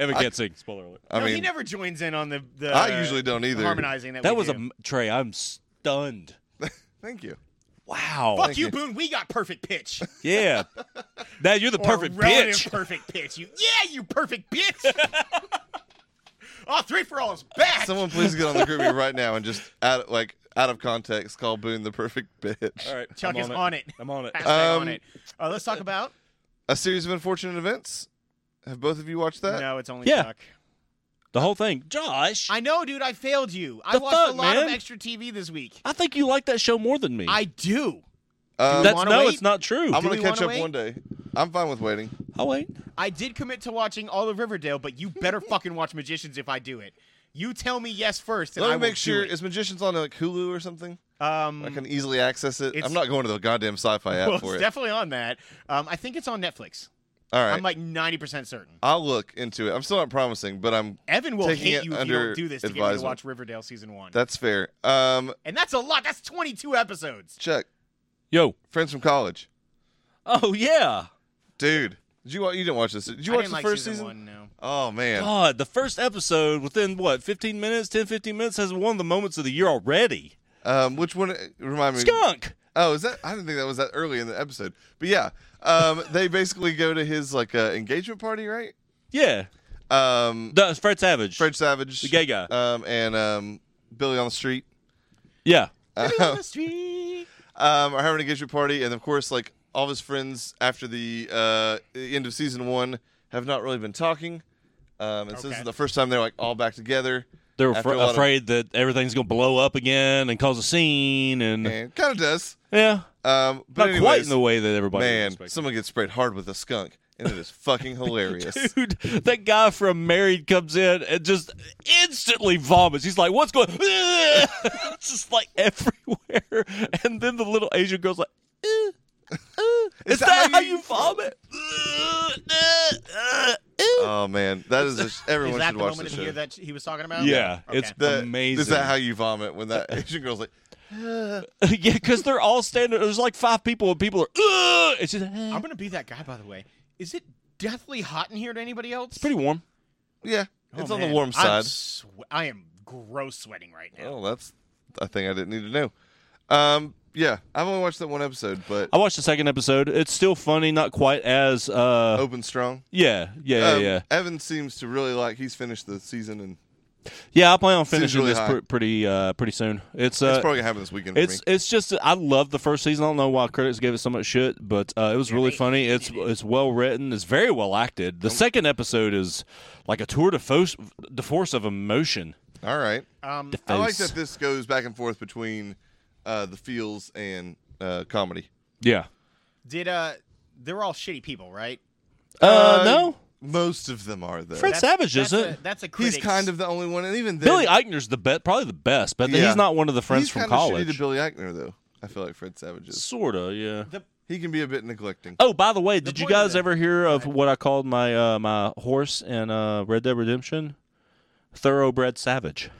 Evan can't sing. Spoiler alert.
I Uh,
no,
mean,
he never joins in on the. the
I usually don't either.
Harmonizing that.
That
we
was a
do.
m a Trey. I'm stunned.
thank you.
Wow.
Fuck you,
you.
Boone. We got perfect pitch.
Yeah. now you're the
Or
perfect
relative
bitch.
Perfect pitch. You yeah, you perfect bitch. oh, three for all is back.
Someone please get on the groupie right now and just out like out of context call Boone the perfect bitch.
All right.
Chuck
I'm
is
on it.
on it.
I'm on it.
Hashtag on
Um,
it. Uh, let's talk about.
A series of unfortunate events. Have both of you watched that?
No, it's only
yeah.
Chuck.
The whole thing. Josh, I,
I know, dude. I failed you. I
The
watched a
fuck,
lot of
man?
extra TV this week.
think you like that show more than me.
I do.
Um,
That's
wanna
no,
wait?
it's not true.
I'm
Do
gonna
we
catch
wanna
up
wait?
one day. I'm fine with waiting.
oh, wait.
I did commit to watching all of Riverdale, but you better fucking watch Magicians if I do it. You tell me yes first, and
Let
I
me
will
make sure
Do it.
is Magicians on like Hulu or something?
Um,
I can easily access it.
it's-
I'm not going to the goddamn sci-fi app
well, it's
for it.
definitely on that. Um, I think it's on Netflix.
All right,
I'm like ninety percent certain.
I'll look into it. I'm still not promising, but I'm.
Evan will
taking
hate
it
you if you
under
don't do this to get me to
advisement.
watch Riverdale season one.
That's fair. Um,
and that's a lot. That's twenty-two episodes.
Chuck,
Yo.
friends from college,
Oh, yeah.
dude. Did you wa- you didn't watch this? Did you
I
watch
didn't
the
like
first
season,
season?
one. No.
Oh man,
God, the first episode within what, 15 minutes, 10, 15 minutes has one of the moments of the year already.
Oh.
um, which one? Remind me.
Skunk.
Oh, is that? I didn't think that was that early in the episode. But yeah, um, they basically go to his like uh, engagement party, right?
Yeah.
Um,
The, Fred Savage.
Fred Savage, the
gay guy.
um, and um, Billy on the street.
Yeah.
Living
Uh-huh.
on the street.
um, are having an engagement party, and of course, like all of his friends after the uh, the end of season one have not really been talking. Um, and so this
Okay.
is the first time they're like all back together.
They were
after
fr-
a lot of-
afraid that everything's going to blow up again and cause a scene. And
and kind of does.
yeah,
Um,
not
but
quite
anyways,
in the way that everybody
man,
expected.
someone gets sprayed hard with a skunk, and it is fucking hilarious.
Dude, that guy from Married comes in and just instantly vomits. He's like, "What's going?" it's just like everywhere. And then the little Asian girl's like, "Eh, eh, "Is, that, how you, vomit?"
Oh man, that is a sh- everyone
Is that
should
the
watch
moment
this show.
of the year that he was talking about?
yeah,
Okay.
it's
The-
amazing.
Is that how you vomit when that Asian girl's like?
yeah, because they're all standing. There's like five people, and people are. "Ugh." It's just. eh.
I'm gonna be that guy, by the way. Is it deathly hot in here to anybody else?
pretty warm.
Yeah, It's on the
Oh, man,
warm
I'm
side.
swe- I am gross sweating right now.
Well, that's a thing I didn't need to know. Um, yeah, I've only watched that one episode, but
I watched the second episode. It's still funny, not quite as uh
open strong.
yeah, yeah, yeah,
Um,
yeah.
Evan seems to really like. He's finished the season, and
Yeah, I plan on finishing
usually
this
high.
pr- pretty uh pretty soon. It's uh
it's probably gonna happen this weekend for
It's
me.
it's just I love the first season. I don't know why critics gave it so much shit, but uh, it was really funny. It's it's well written. It's very well acted. The second episode is like a tour de force, de force of emotion.
All right,
Um,
I like
Face.
that this goes back and forth between uh, the feels and uh, comedy.
Yeah.
did uh, they were all shitty people, right?
Uh,
Uh,
no,
Most of them are though.
Fred- That's savage,
that's
isn't it?
a- That's a
he's
critic.
kind of the only one, and even then,
Billy Eichner's the best, probably the best, but
Yeah.
he's not one of the friends
he's
from
kinda shitty
college.
To Billy Eichner, though, I feel like Fred Savage is.
Sorta, yeah.
the
He can be a bit neglecting.
Oh, by the way, did you
point of
guys
it-
ever hear of what I called my uh, my horse in uh, Red Dead Redemption? Thoroughbred Savage.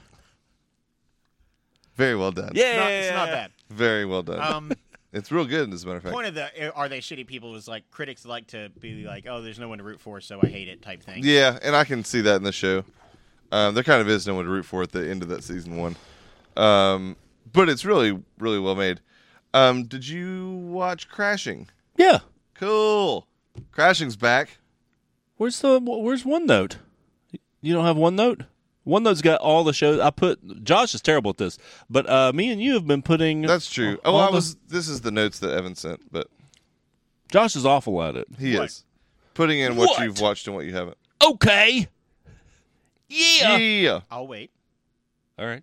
Very well done.
Yeah,
it's not, it's not bad.
Very well done.
Um,
it's real good, as a matter of fact.
point of the eh, are they shitty people is like critics like to be like, oh, there's no one to root for, so I hate it type thing.
Yeah, and I can see that in the show. Um, there kind of is no one to root for at the end of that season one, um, but it's really, really well made. Um, did you watch Crashing?
Yeah.
Cool. Crashing's back.
Where's the Where's OneNote? You don't have OneNote? note. One note's got all the shows. I put Josh is terrible at this, but uh, me and you have been putting.
That's true.
all
Oh, I
the-
was. This is the notes that Evan sent, but
Josh is awful at it.
he
What?
is putting in what,
What?
you've watched and what you haven't.
Okay. Yeah.
Yeah.
I'll wait.
All right.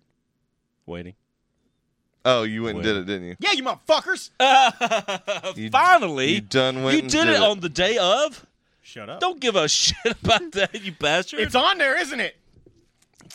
Waiting.
Oh, you went and
Wait.
did it, didn't you?
Yeah, you motherfuckers.
You-
Finally,
you done went
You
and
did, it, on the day of.
Shut up.
Don't give a shit about that, you bastard.
It's on there, isn't it?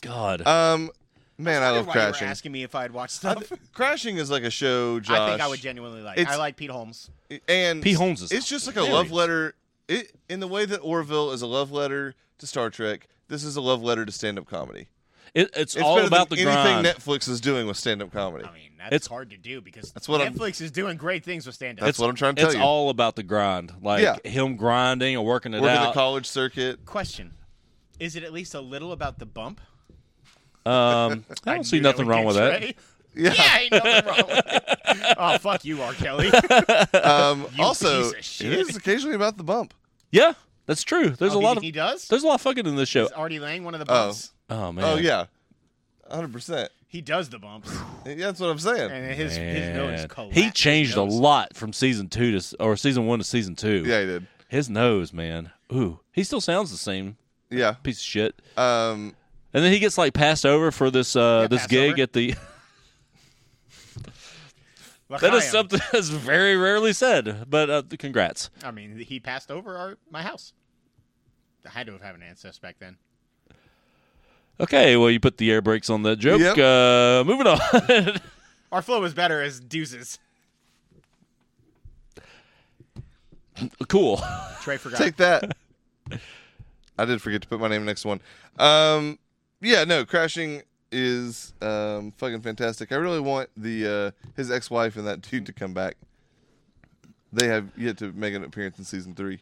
God.
Um, man, I love
Why you were
Crashing.
asking me if I'd watch stuff.
Crashing is like a show, Josh.
I think I would genuinely like.
It's-
I like Pete Holmes.
and
P. Holmes is
it's just like a love
hilarious.
letter it, in the way that Orville is a love letter to Star Trek. This is a love letter to stand-up comedy.
It, it's,
It's
all
better
about
than
the
anything
grind.
Netflix is doing with stand-up comedy.
I mean, that's
It's-
hard to do because
That's what I'm-
Netflix is doing great things with stand-up.
That's what I'm trying to tell
it's
you.
all about the grind, like
Yeah.
him grinding and working it
Working the
out.
college circuit.
Question: Is it at least a little about the bump?
um, I don't see
knew that
nothing
would
wrong
get
with
you
that.
ready. Yeah, ain't nothing wrong with it. Oh, fuck you, R. Kelly.
Um,
You
also,
piece of
it
shit.
is occasionally about the bump.
Yeah, that's true. There's
Oh,
a
he-
lot of
he does.
there's a lot of fucking in this show.
Is Artie Lang one of the bumps?
Oh man.
Oh yeah, hundred percent.
He does the bumps,
Yeah, that's what I'm saying.
and his his nose
Man.
collapsed.
He changed a
His nose-
lot from season two to s- or season one to season two.
Yeah, he did.
His nose, man. Ooh, he still sounds the same
Yeah.
piece of shit.
Um,
And then he gets like passed over for this uh
Yeah,
this
passed
gig
over.
at the. that
L'chaim.
is something that's very rarely said. But uh, congrats.
I mean, he passed over our my house. I had to have had an ancestor back then.
Okay, well you put the air brakes on that joke.
Yep.
Uh, moving on.
Our flow was better as deuces.
cool.
Trey forgot.
take that. I did forget to put my name next to one. Um, yeah, no, crashing is um, fucking fantastic. I really want the uh, his ex wife and that dude to come back. They have yet to make an appearance in season three.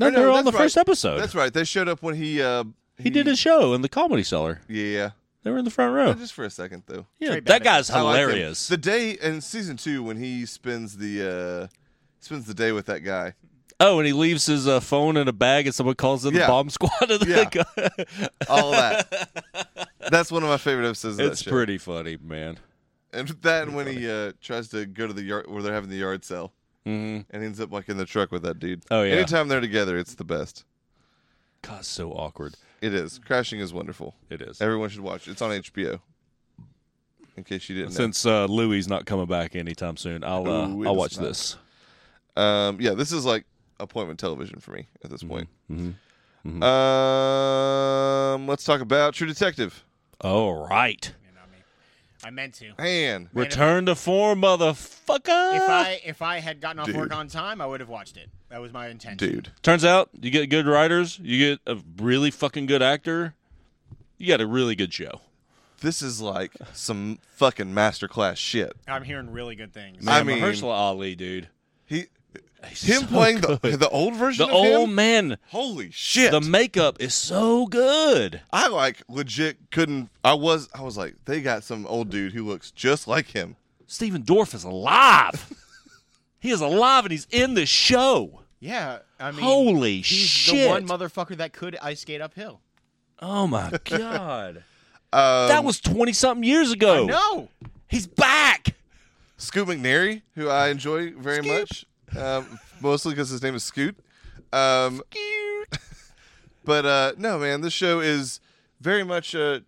No,
Or no,
they're on
that's
the
right.
first episode.
That's right. They showed up when he uh,
he did his show in the comedy cellar.
yeah.
They were in the front row.
Just for a second though.
Yeah,
Trey
that
Babbitt.
guy's
I like him.
hilarious.
The day in season two when he spends the uh, spends the day with that guy.
Oh, and he leaves his uh, phone in a bag, and someone calls in
Yeah.
the bomb squad. Of the
Yeah.
guy.
All that. That's one of my favorite episodes. Of
it's
that show.
pretty funny, man.
And that and when he uh, tries to go to the yard where they're having the yard sale
Mhm.
and ends up like in the truck with that dude.
Oh, yeah.
Anytime they're together, it's the best.
God, so awkward.
It is. Crashing is wonderful.
It is.
Everyone should watch it. It's on HBO. In case you didn't
Since uh, Louis not coming back anytime soon, I'll uh,
Ooh,
I'll
it's
watch
not.
this.
know. Um yeah, this is like appointment television for me at this point.
Mhm.
Um let's talk about True Detective.
All right,
You know me. I meant to.
Man.
return to form, motherfucker.
If I if I had gotten off
Dude.
work on time, I would have watched it. That was my intention.
Dude.
Turns out you get good writers, you get a really fucking good actor, you got a really good show.
This is like some fucking masterclass shit.
I'm hearing really good things.
I
Man,
mean-
Mahershala Ali, dude.
He Him
so
playing the,
good.
the old version
the
of him?
old man.
Holy shit.
The makeup is so good.
I like legit couldn't I was I was like, they got some old dude who looks just like him.
Stephen Dorff is alive. he is alive and he's in the show.
Yeah, I mean,
Holy
he's
shit.
the one motherfucker that could ice skate uphill.
oh my god.
Um,
that was 20 something years
Oh.
ago.
No,
He's back.
Scoot McNairy, who I enjoy very much, um, mostly because his name is Scoot. Um, but uh, no, man, this show is very much uh,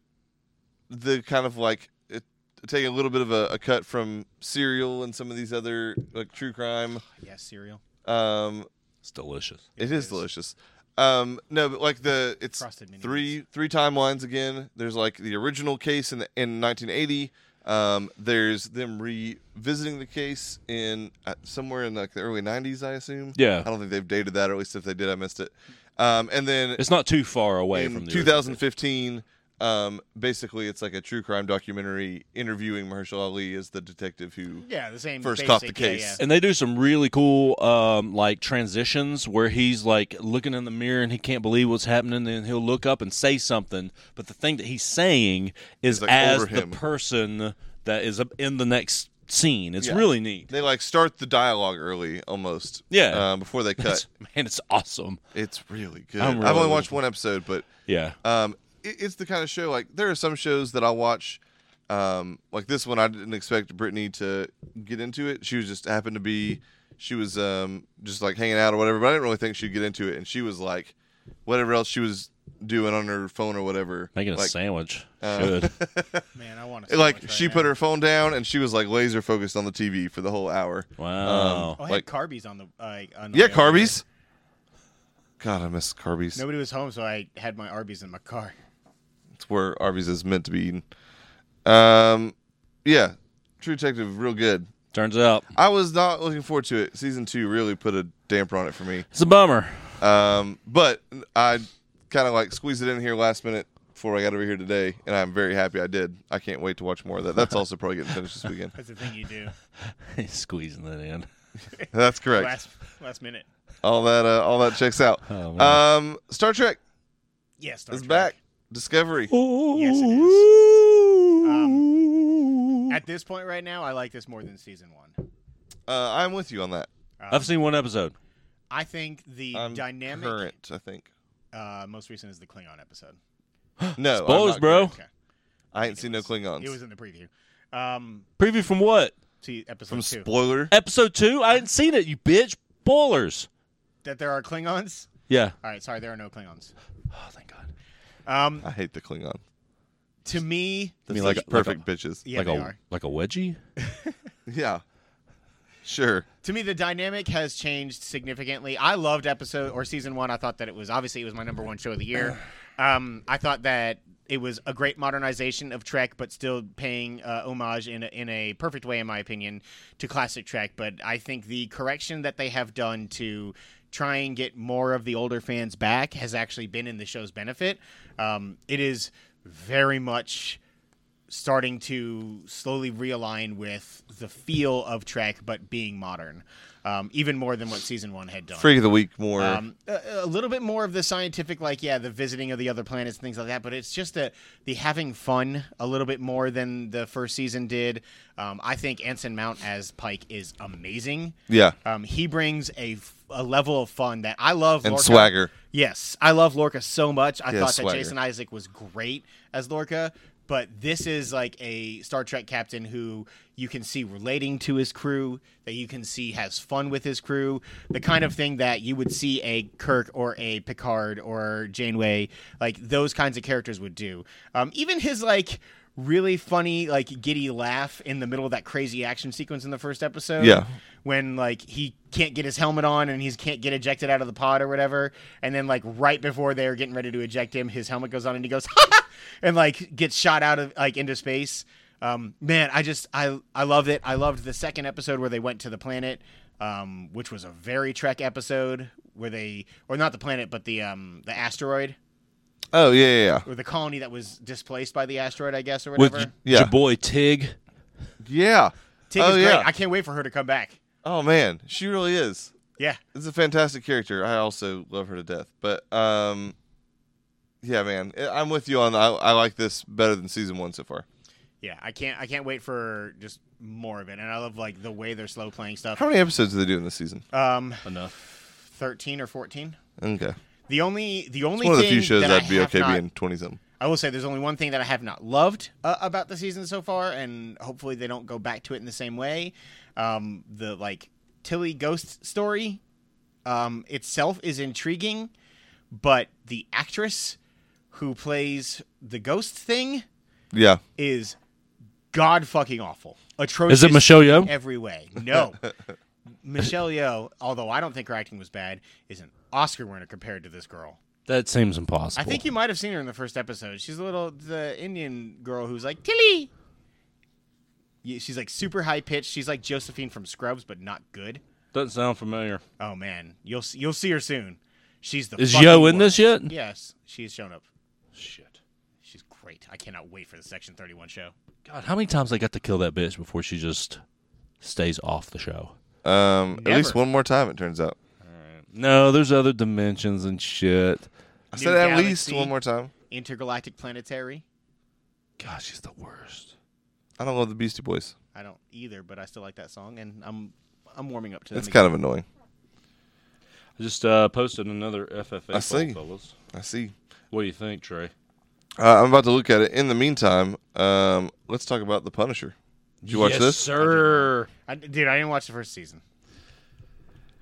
the kind of like it, taking a little bit of a, a cut from Serial and some of these other like true crime.
yes, cereal,
Um,
It's delicious.
it is, delicious. Um, no, but like the it's
Frosted Mini
three three timelines again. There's like the original case in the, in 1980. Um, there's them revisiting the case in uh, somewhere in like the early 90s, I assume.
Yeah.
I don't think they've dated that, or at least if they did, I missed it. Um, and then
It's not too far away
in
from the
2015, um, basically it's like a true crime documentary interviewing Mahershala Ali as the detective who.
yeah, the same.
First
basic,
cop the
yeah,
case.
yeah.
and they do some really cool um, like transitions where he's like looking in the mirror and he can't believe what's happening and he'll look up and say something but the thing that he's saying is
He's, like,
as
over
the
him.
person that is up in the next scene it's
Yeah.
really neat
They like start the dialogue early, almost.
Yeah.
Um, before they cut,
it's, man it's awesome
it's really good.
I'm
I've only
really-
watched one episode, but
yeah
um, it, it's the kind of show like there are some shows that I watch, um, like this one. I didn't expect Brittany to get into it. She was just happened to be, she was um, just like hanging out or whatever. But I didn't really think she'd get into it, and she was like, whatever else she was doing on her phone or whatever,
making a
like,
sandwich
uh,
should
Man, I want to.
Like she put her phone down and she was like laser focused on the TV for the whole hour.
wow
Oh, I
like-
had Carby's on the. Like, on the
Yeah,
way over here.
Carby's. God, I miss Carby's.
Nobody was home, so I had my Arby's in my car.
It's where Arby's is meant to be eaten. Um, yeah, True Detective, real good.
turns out
I was not looking forward to it. Season two really put a damper on it for me.
it's a bummer
Um, but I kind of like squeezed it in here last minute before I got over here today, and I'm very happy I did. I can't wait to watch more of that. That's also probably getting finished this weekend.
That's the thing you do
he's squeezing that in
That's correct.
last last minute.
All that, uh, all that checks out.
Oh, man.
Um, Star Trek
Yes, Star
is
Trek.
back. Discovery.
Yes, it Um,
is
At this point, right now, I like this more than season one.
Uh, I'm with you on that.
Um,
I've seen one episode
I think the
I'm
dynamic
current, I think.
uh, most recent is the Klingon episode.
No, I'm
Spoilers,
not
bro.
current. I ain't seen no Klingons.
It was in the preview. Um,
preview from what
see episode
from
two
spoiler.
episode two. I hadn't seen it, you bitch. Spoilers.
that there are Klingons.
Yeah.
All right, sorry, there are no Klingons.
Oh, thank God.
Um,
I hate the Klingon.
to me,
They're
mean
such
like a- like a-
perfect bitches.
yeah,
like
they
a
are.
like a wedgie.
Yeah. Sure.
To me, the dynamic has changed significantly. I loved episode or season one. I thought that it was obviously it was my number one show of the year. Um, I thought that it was a great modernization of Trek, but still paying uh, homage in a, in a perfect way, in my opinion, to classic Trek. But I think the correction that they have done to try and get more of the older fans back has actually been in the show's benefit. Um, it is very much starting to slowly realign with the feel of Trek, but being modern, um, even more than what season one had done.
Freak of the week more.
Um, a, a little bit more of the scientific, like yeah, the visiting of the other planets and things like that. But it's just the the having fun a little bit more than the first season did. Um, I think Anson Mount as Pike is amazing.
yeah.
Um, he brings a, f- a level of fun that I love.
And
Lorca.
swagger.
Yes, I love Lorca so much. I
Yeah,
thought
swagger.
that Jason Isaac was great as Lorca, but this is like a Star Trek captain who you can see relating to his crew, that you can see has fun with his crew, the kind of thing that you would see a Kirk or a Picard or Janeway, like those kinds of characters would do. Um, even his like really funny like giddy laugh in the middle of that crazy action sequence in the first episode
Yeah.
when like he can't get his helmet on and he can't get ejected out of the pod or whatever and then like right before they're getting ready to eject him his helmet goes on and he goes and like gets shot out of like into space um man i just i i loved it i loved the second episode where they went to the planet um which was a very trek episode where they or not the planet but the um the asteroid
Oh yeah, yeah,
or the colony that was displaced by the asteroid i guess or
With
whatever
y-
Yeah.
your boy Tig.
yeah. yeah.
Tig
oh
is
yeah.
great i can't wait for her to come back
oh man, she really is.
Yeah.
It's a fantastic character. I also love her to death. But um, yeah, man, I- I'm with you on. I, I like this better than season one so far.
Yeah, I can't I can't wait for just more of it. And I love like the way they're slow playing stuff.
How many episodes do they do in this season?
Um
Enough.
13 or 14.
Okay,
The only the only
it's one of the
thing
few shows
that
I'd
I
be
have
okay
not-
being twenty something.
I will say there's only one thing that I have not loved uh, about the season so far, and hopefully they don't go back to it in the same way. Um, the like Tilly ghost story um, itself is intriguing, but the actress who plays the ghost thing
Yeah,
is god fucking awful, atrocious.
Is it Michelle Yeoh?
Every way, no. Michelle Yeoh, although I don't think her acting was bad, is an Oscar winner compared to this girl.
That seems impossible.
I think you might have seen her in the first episode. She's a little the Indian girl who's like Tilly. Yeah, she's like super high pitched. She's like Josephine from Scrubs, but not good.
doesn't sound familiar.
Oh man, you'll s- you'll see her soon. She's the
Is
fucking
Yo in
worst.
this yet?
Yes, she's shown up.
Shit.
She's great. I cannot wait for the Section Thirty One show.
God, how many times I got to kill that bitch before she just stays off the show?
um, at least
Never.
one more time. It turns out.
No, there's other dimensions and shit.
I
New
said at
galaxy.
least one more time.
Intergalactic Planetary.
God, she's the worst.
I don't love the Beastie Boys.
I don't either, but I still like that song, and I'm I'm warming up to them.
It's kind of annoying.
I just uh, posted another FFA.
I see.
poll, fellas.
I see.
What do you think, Trey?
Uh, I'm about to look at it. In the meantime, um, let's talk about The Punisher. Did you watch
yes,
this?
sir.
I, dude, I didn't watch the first season.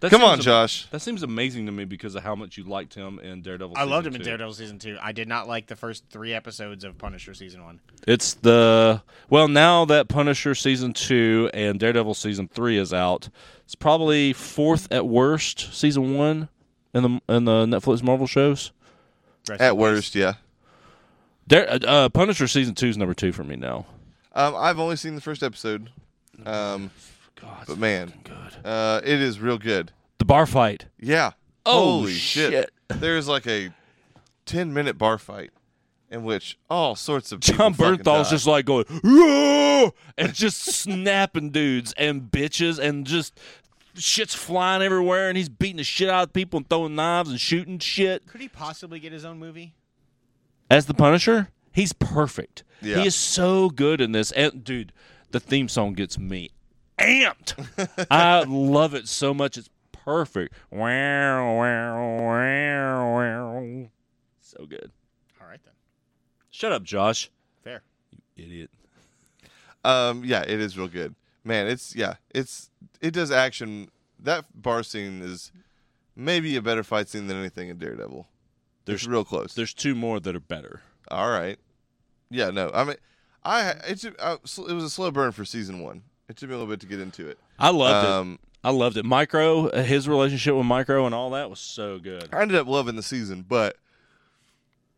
That
Come
seems
on,
am-
Josh.
That seems amazing to me because of how much you liked him in Daredevil.
I loved him
season
in
two.
Daredevil season two. I did not like the first three episodes of Punisher season one.
It's the well now that Punisher season two and Daredevil season three is out. It's probably fourth at worst season one in the in the Netflix Marvel shows.
Rest in
At
peace.
worst, yeah.
Dare, uh, uh, Punisher season two is number two for me now.
Um, I've only seen the first episode. Um,
God, it's
But man.
Mm-hmm. fucking good.
uh, it is real good.
The bar fight.
Yeah.
Oh,
Holy shit.
shit.
There's like a 10 minute bar fight in which all sorts of people
John
fucking
Bernthal's
die.
just like going "Whoa!" and just snapping dudes and bitches and just shit's flying everywhere and he's beating the shit out of people and throwing knives and shooting shit.
Could he possibly get his own movie?
as the Punisher, he's perfect.
Yeah.
He is so good in this. And dude, the theme song gets me amped. I love it so much. It's perfect. Wow, wow, wow, wow. So good.
All right then.
Shut up, Josh.
Fair.
Idiot.
Um, yeah, it is real good. Man, it's, yeah, it's, it does action. That bar scene is maybe a better fight scene than anything in Daredevil.
There's-
it's real close.
There's two more that are better.
All right. Yeah, no. I mean, I it took, I, it was a slow burn for season one. It took me a little bit to get into it.
I loved it.
Um,
I loved it. Micro, uh, his relationship with Micro and all that was so good.
I ended up loving the season, but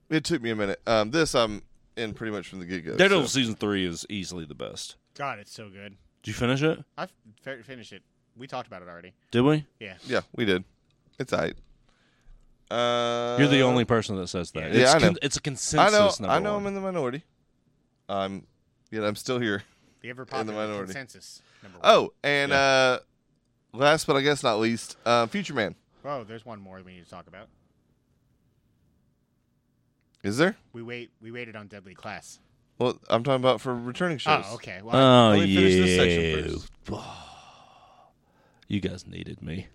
it took me a minute. Um, this I'm in pretty much from the get go.
Daredevil season three is easily the best.
God, it's so good.
Did you finish it?
I've fi- finished it. We talked about it already.
Did we?
Yeah.
yeah, we did. It's all right. Uh,
You're the only person that says that.
Yeah,
it's,
I know.
con- it's a
I
consensus.
know.
number
I know.
one.
I'm in the minority. I'm, yet I'm still here.
The ever popular
minority.
consensus number one.
Oh, and uh, last but I guess not least, uh, Future Man.
Oh. there's one more we need to talk about.
Is there?
We wait. We waited on Deadly Class.
Well, I'm talking about for returning shows.
Oh, okay. Well,
Oh
Ah, Let me finish this
yeah.
section first.
You guys needed me.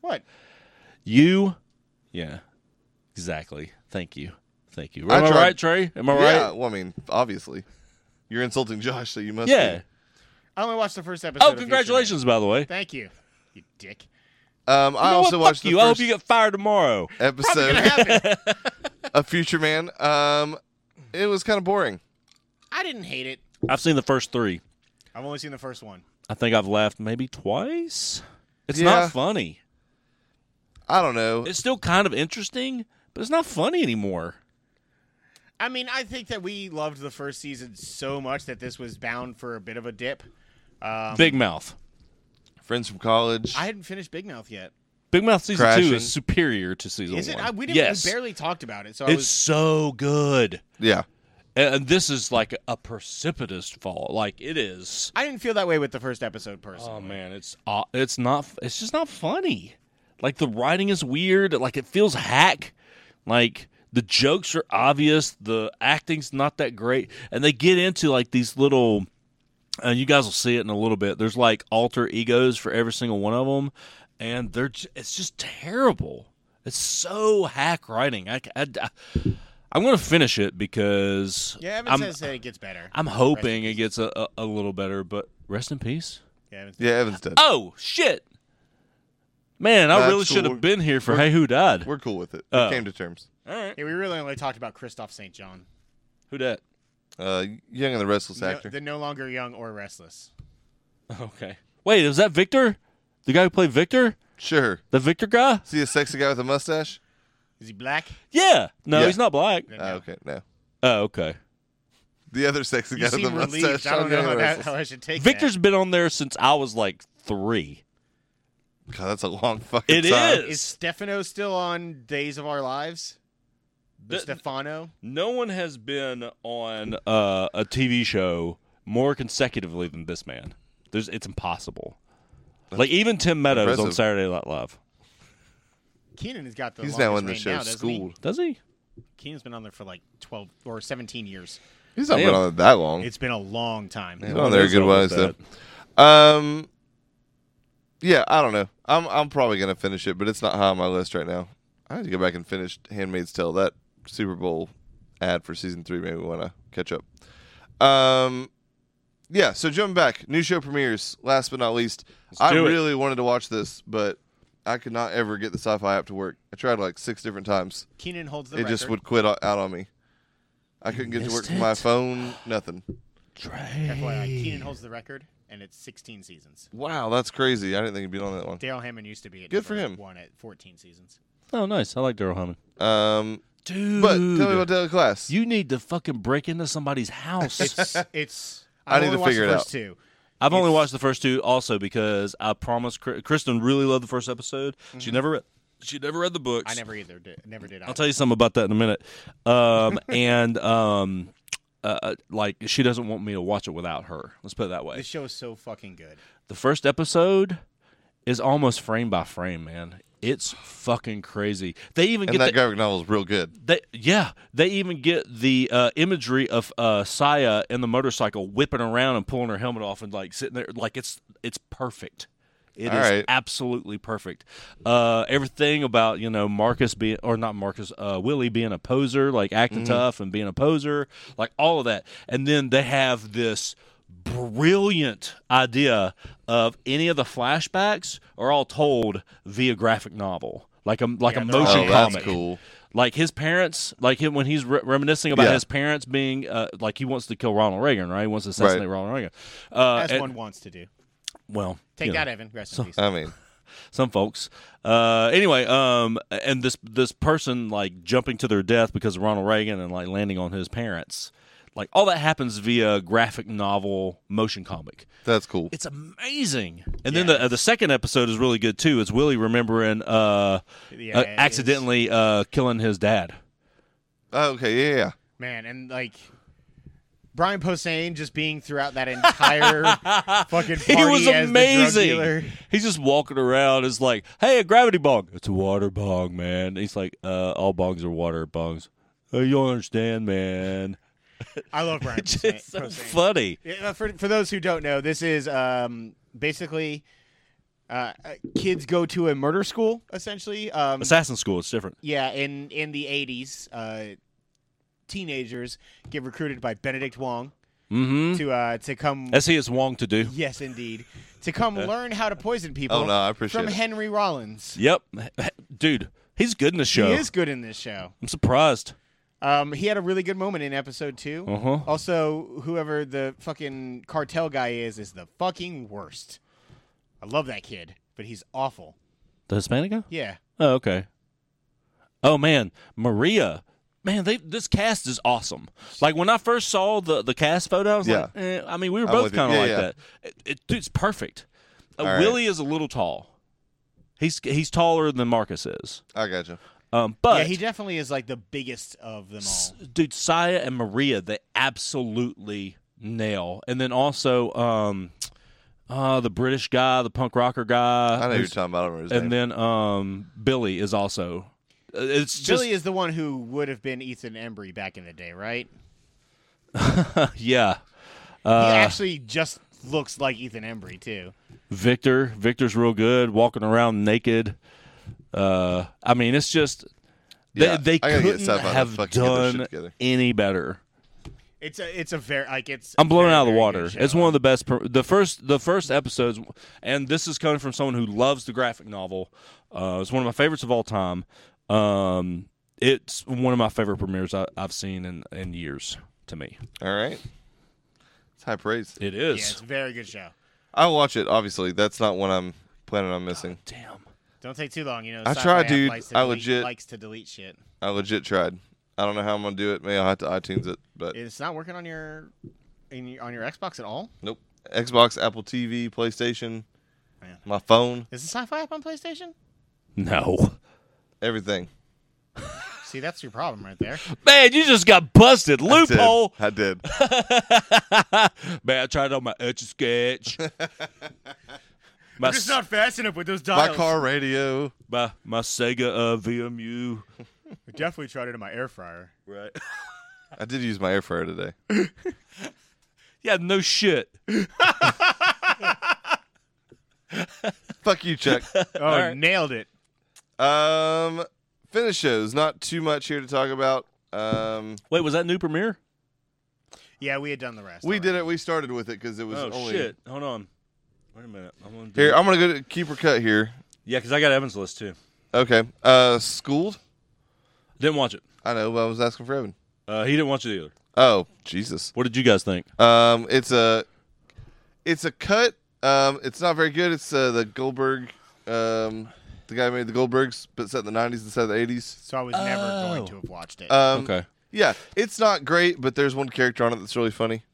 what?
You, yeah, exactly. Thank you, thank you. Am
I
I,
tried.
right, Trey? Am I
Yeah,
right?
well, I mean, obviously, you're insulting Josh, so you must.
Yeah.
I only watched the first episode.
Oh,
of Future Man.
congratulations, by the way.
Thank you. You dick.
Be. Um, I
You know
also
what? Fuck
watched the
you. I hope
first
you get fired tomorrow.
episode
Happen.
of Future Man. Um, it was kind of boring.
I didn't hate it.
I've seen the first three.
I've only seen the first one.
I think I've laughed maybe twice. It's
Yeah.
not funny.
I don't know.
It's still kind of interesting, but it's not funny anymore.
I mean, I think that we loved the first season so much that this was bound for a bit of a dip. Um,
Big Mouth.
Friends from college.
I hadn't finished Big Mouth yet.
Big Mouth season
Crashing.
two is superior to season
Is
one.
it? I, we didn't.
yes.
We barely talked about it. So I
it's
was
so good.
yeah,
And and this is like a precipitous fall. Like it is.
I didn't feel that way with the first episode, personally.
Oh man, it's uh, it's not. It's just not funny. Like the writing is weird. Like it feels hack. Like the jokes are obvious. The acting's not that great, and they get into like these little. And you guys will see it in a little bit. There's like alter egos for every single one of them, and they're j- it's just terrible. It's so hack writing. I, I, am gonna finish it because
yeah, Evan
I'm,
says that it gets better.
I'm hoping it gets a, a, a little better. But rest in peace.
yeah, Evan says-
Yeah, Evan's dead.
Oh shit, man! I
That's
really should
cool.
have been here for Hey Who Died.
We're cool with it. We
Oh.
came to terms.
All right,
yeah, we really only talked about Christoph St. John,
Who Dat?
Uh, Young and the Restless
no,
actor.
the no longer young or restless.
Okay. Wait, was that Victor? The guy who played Victor?
sure.
The Victor guy?
See a sexy guy with a mustache?
Is he black?
Yeah. No,
Yeah.
he's not black.
Then
Ah,
no.
okay, no.
Oh, okay.
The other sexy
You
guy with a
seem
mustache.
relieved. I
on
don't know
Young
how,
and the
that,
Restless.
how I should take
Victor's been on there since I was like three.
God, that's a long fucking
It
time.
that.
is.
Is Stefano still on Days of Our Lives? The
Th-
Stefano?
No one has been on uh, a TV show more consecutively than this man. There's, it's impossible. like even Tim Meadows on
impressive.
Saturday Night Live.
Keenan has got the.
He's now
longest
in the
reign
show
now, doesn't he?
Schooled.
Does he?
Keenan's been on there for like 12 or 17 years.
He's not
Damn.
been on it that long.
It's been a long time.
He's been on Oh, there a good while, so. Um, yeah, I don't know. I'm I'm probably gonna finish it, but it's not high on my list right now. I need to go back and finish *Handmaid's Tale*. That Super Bowl ad for season three made me want to catch up. Um, yeah. So jumping back, new show premieres. Last but not least, I
do it.
really wanted to watch this, but I could not ever get the Sci-Fi app to work. I tried like six different times.
Keenan holds the
it
record.
just would quit o- out on me. I couldn't get it to work
missed
from my
it?
phone. Nothing.
FYI, Keenan holds the record, and it's 16 seasons.
Wow, that's crazy. I didn't think it'd be on that long.
Daryl Hammond used to be at
Good for
number
him.
One at 14 seasons.
Oh, nice. I like Daryl Hammond.
Um,
Dude.
But tell me about Daily Class.
You need to fucking break into somebody's house.
It's.
I
I've
need
only
to
watched
figure it
the first
out.
Two.
I've only watched the first two also because I promised Kri- Kristen really loved the first episode.
Mm-hmm.
She never read she never read the books.
I never either. Did, never did.
I'll tell you something about that in a minute. Um, and um, uh, like she doesn't want me to watch it without her. Let's put it that way.
This show is so fucking good.
The first episode is almost frame by frame, man. It's fucking crazy. They even
and
get
that
the-
graphic novel is real good.
They, yeah, they even get the uh, imagery of uh, Saya in the motorcycle whipping around and pulling her helmet off and like sitting there, like it's it's perfect. It is
All right.
absolutely perfect. Uh, everything about you know Marcus being or not Marcus uh, Willie being a poser, like acting
Mm-hmm.
tough and being a poser, like all of that. And then they have this brilliant idea of any of the flashbacks are all told via graphic novel, like a like
Yeah,
a
they're all-
motion
oh,
comic
that's cool.
like his parents, like him when he's re- reminiscing about
Yeah.
his parents being, uh, like he wants to kill Ronald Reagan, right? He wants to assassinate
Right.
Ronald Reagan. Uh,
As
and-
one wants to do.
well,
Take
you know,
that, Evan. Rest in peace.
I mean,
some folks. Uh, anyway, um, and this this person like jumping to their death because of Ronald Reagan and like landing on his parents, like all that happens via graphic novel motion comic.
that's cool.
It's amazing. And then the uh, the second episode is really good too. It's Willie remembering uh,
Yeah,
uh,
it is.
accidentally uh, killing his dad.
Oh, okay, yeah, yeah.
Man, and like Brian Posehn just being throughout that entire fucking party
he was
as the drug dealer.
amazing. He's just walking around. It's like, hey, a gravity bong. It's a water bong, man. And he's like, uh, all bongs are water bongs. Uh, you don't understand, man.
I love Brian Posehn.
It's so
Posehn.
funny.
Yeah, for for those who don't know, this is um, basically uh, uh, kids go to a murder school essentially. Um,
Assassin School, it's different.
yeah, in in the eighties, uh, teenagers get recruited by Benedict Wong
Hmm.
Mm-hmm.
to uh, to come.
As he is wong to do.
yes, indeed, to come learn how to poison people.
Oh, no, I appreciate
from
it.
Henry Rollins.
Yep. Dude, he's good in the show.
He is good in this show.
I'm surprised.
Um, he had a really good moment in episode 2
Uh-huh.
Also, whoever the fucking cartel guy is is the fucking worst. I love that kid, but he's awful.
The Hispanic guy?
Yeah,
Oh, okay. Oh man, Maria. Man, they this cast is awesome. Like when I first saw the the cast photo, I was like,
Yeah.
eh, I mean, we were
I'm
both
with you.
kind of
Yeah,
like
yeah.
that. It, it- dude, it's perfect. Uh,
All right.
Willie is a little tall. He's he's taller than Marcus is.
I gotcha.
Um, but
yeah, he definitely is like the biggest of them
S-
all.
dude, Saya and Maria, they absolutely nail. And then also, um, uh, the British guy, the punk rocker guy,
I know you're
who's-
talking about. I don't remember his
Uh, and
name.
then um, Billy is also. Uh, It's just
Billy is the one who would have been Ethan Embry back in the day, right?
yeah.
he
Uh,
actually just looks like Ethan Embry too.
Victor, Victor's real good walking around naked. Uh, I mean, it's just they,
Yeah,
they
I gotta get
couldn't
Seth on
have
to fucking get their shit
done
together.
any better.
It's a it's a very like it's.
I'm blown
very,
out of the
very
water.
good show.
It's one of the best. Per- the first, the first episodes, and this is coming from someone who loves the graphic novel. Uh, it's one of my favorites of all time. Um, it's one of my favorite premieres I, I've seen in, in years. To me,
All right, it's high praise.
it
yeah, it's
is.
a very good show.
I'll watch it. Obviously, that's not one I'm planning on missing.
Damn.
Don't take too long, you know.
I
Sci-Fi
tried,
app
dude.
Likes to
I
delete,
legit-
likes to delete shit.
I legit tried. I don't know how I'm gonna do it. Maybe I'll have to iTunes it, but
It's not working on your, in your on your Xbox at all.
nope. Xbox, Apple TV, PlayStation,
Man.
my phone,
Is the sci-fi app on PlayStation?
No,
everything.
See, that's your problem right there.
man, you just got busted.
I did.
Loophole.
I did.
man, I tried on my etch a sketch. my, s-
fast enough with those
My car radio.
my my Sega uh, VMU.
I definitely tried it in my air fryer.
Right.
I did use my air fryer today.
Yeah. No shit.
Fuck you, Chuck.
Oh,
right.
nailed it.
Um, finish shows. Not too much here to talk about. Um,
Wait, was that new premiere?
Yeah, we had done the rest.
we did
already.
it. We started with it because it was
Oh
only
shit! Hold on. Wait a minute. I'm gonna do
here. I'm gonna go to keeper cut here.
yeah, because I got Evan's list too.
Okay. Uh, schooled.
Didn't watch it.
I know, but I was asking for Evan.
Uh, he didn't watch it either.
Oh Jesus.
What did you guys think?
Um, it's a, it's a cut. Um, it's not very good. It's uh, the Goldberg, um, the guy who made the Goldbergs, but set in the '90s instead of the '80s.
So I was never
Oh.
going to have watched it.
Um,
okay.
Yeah, it's not great, but there's one character on it that's really funny.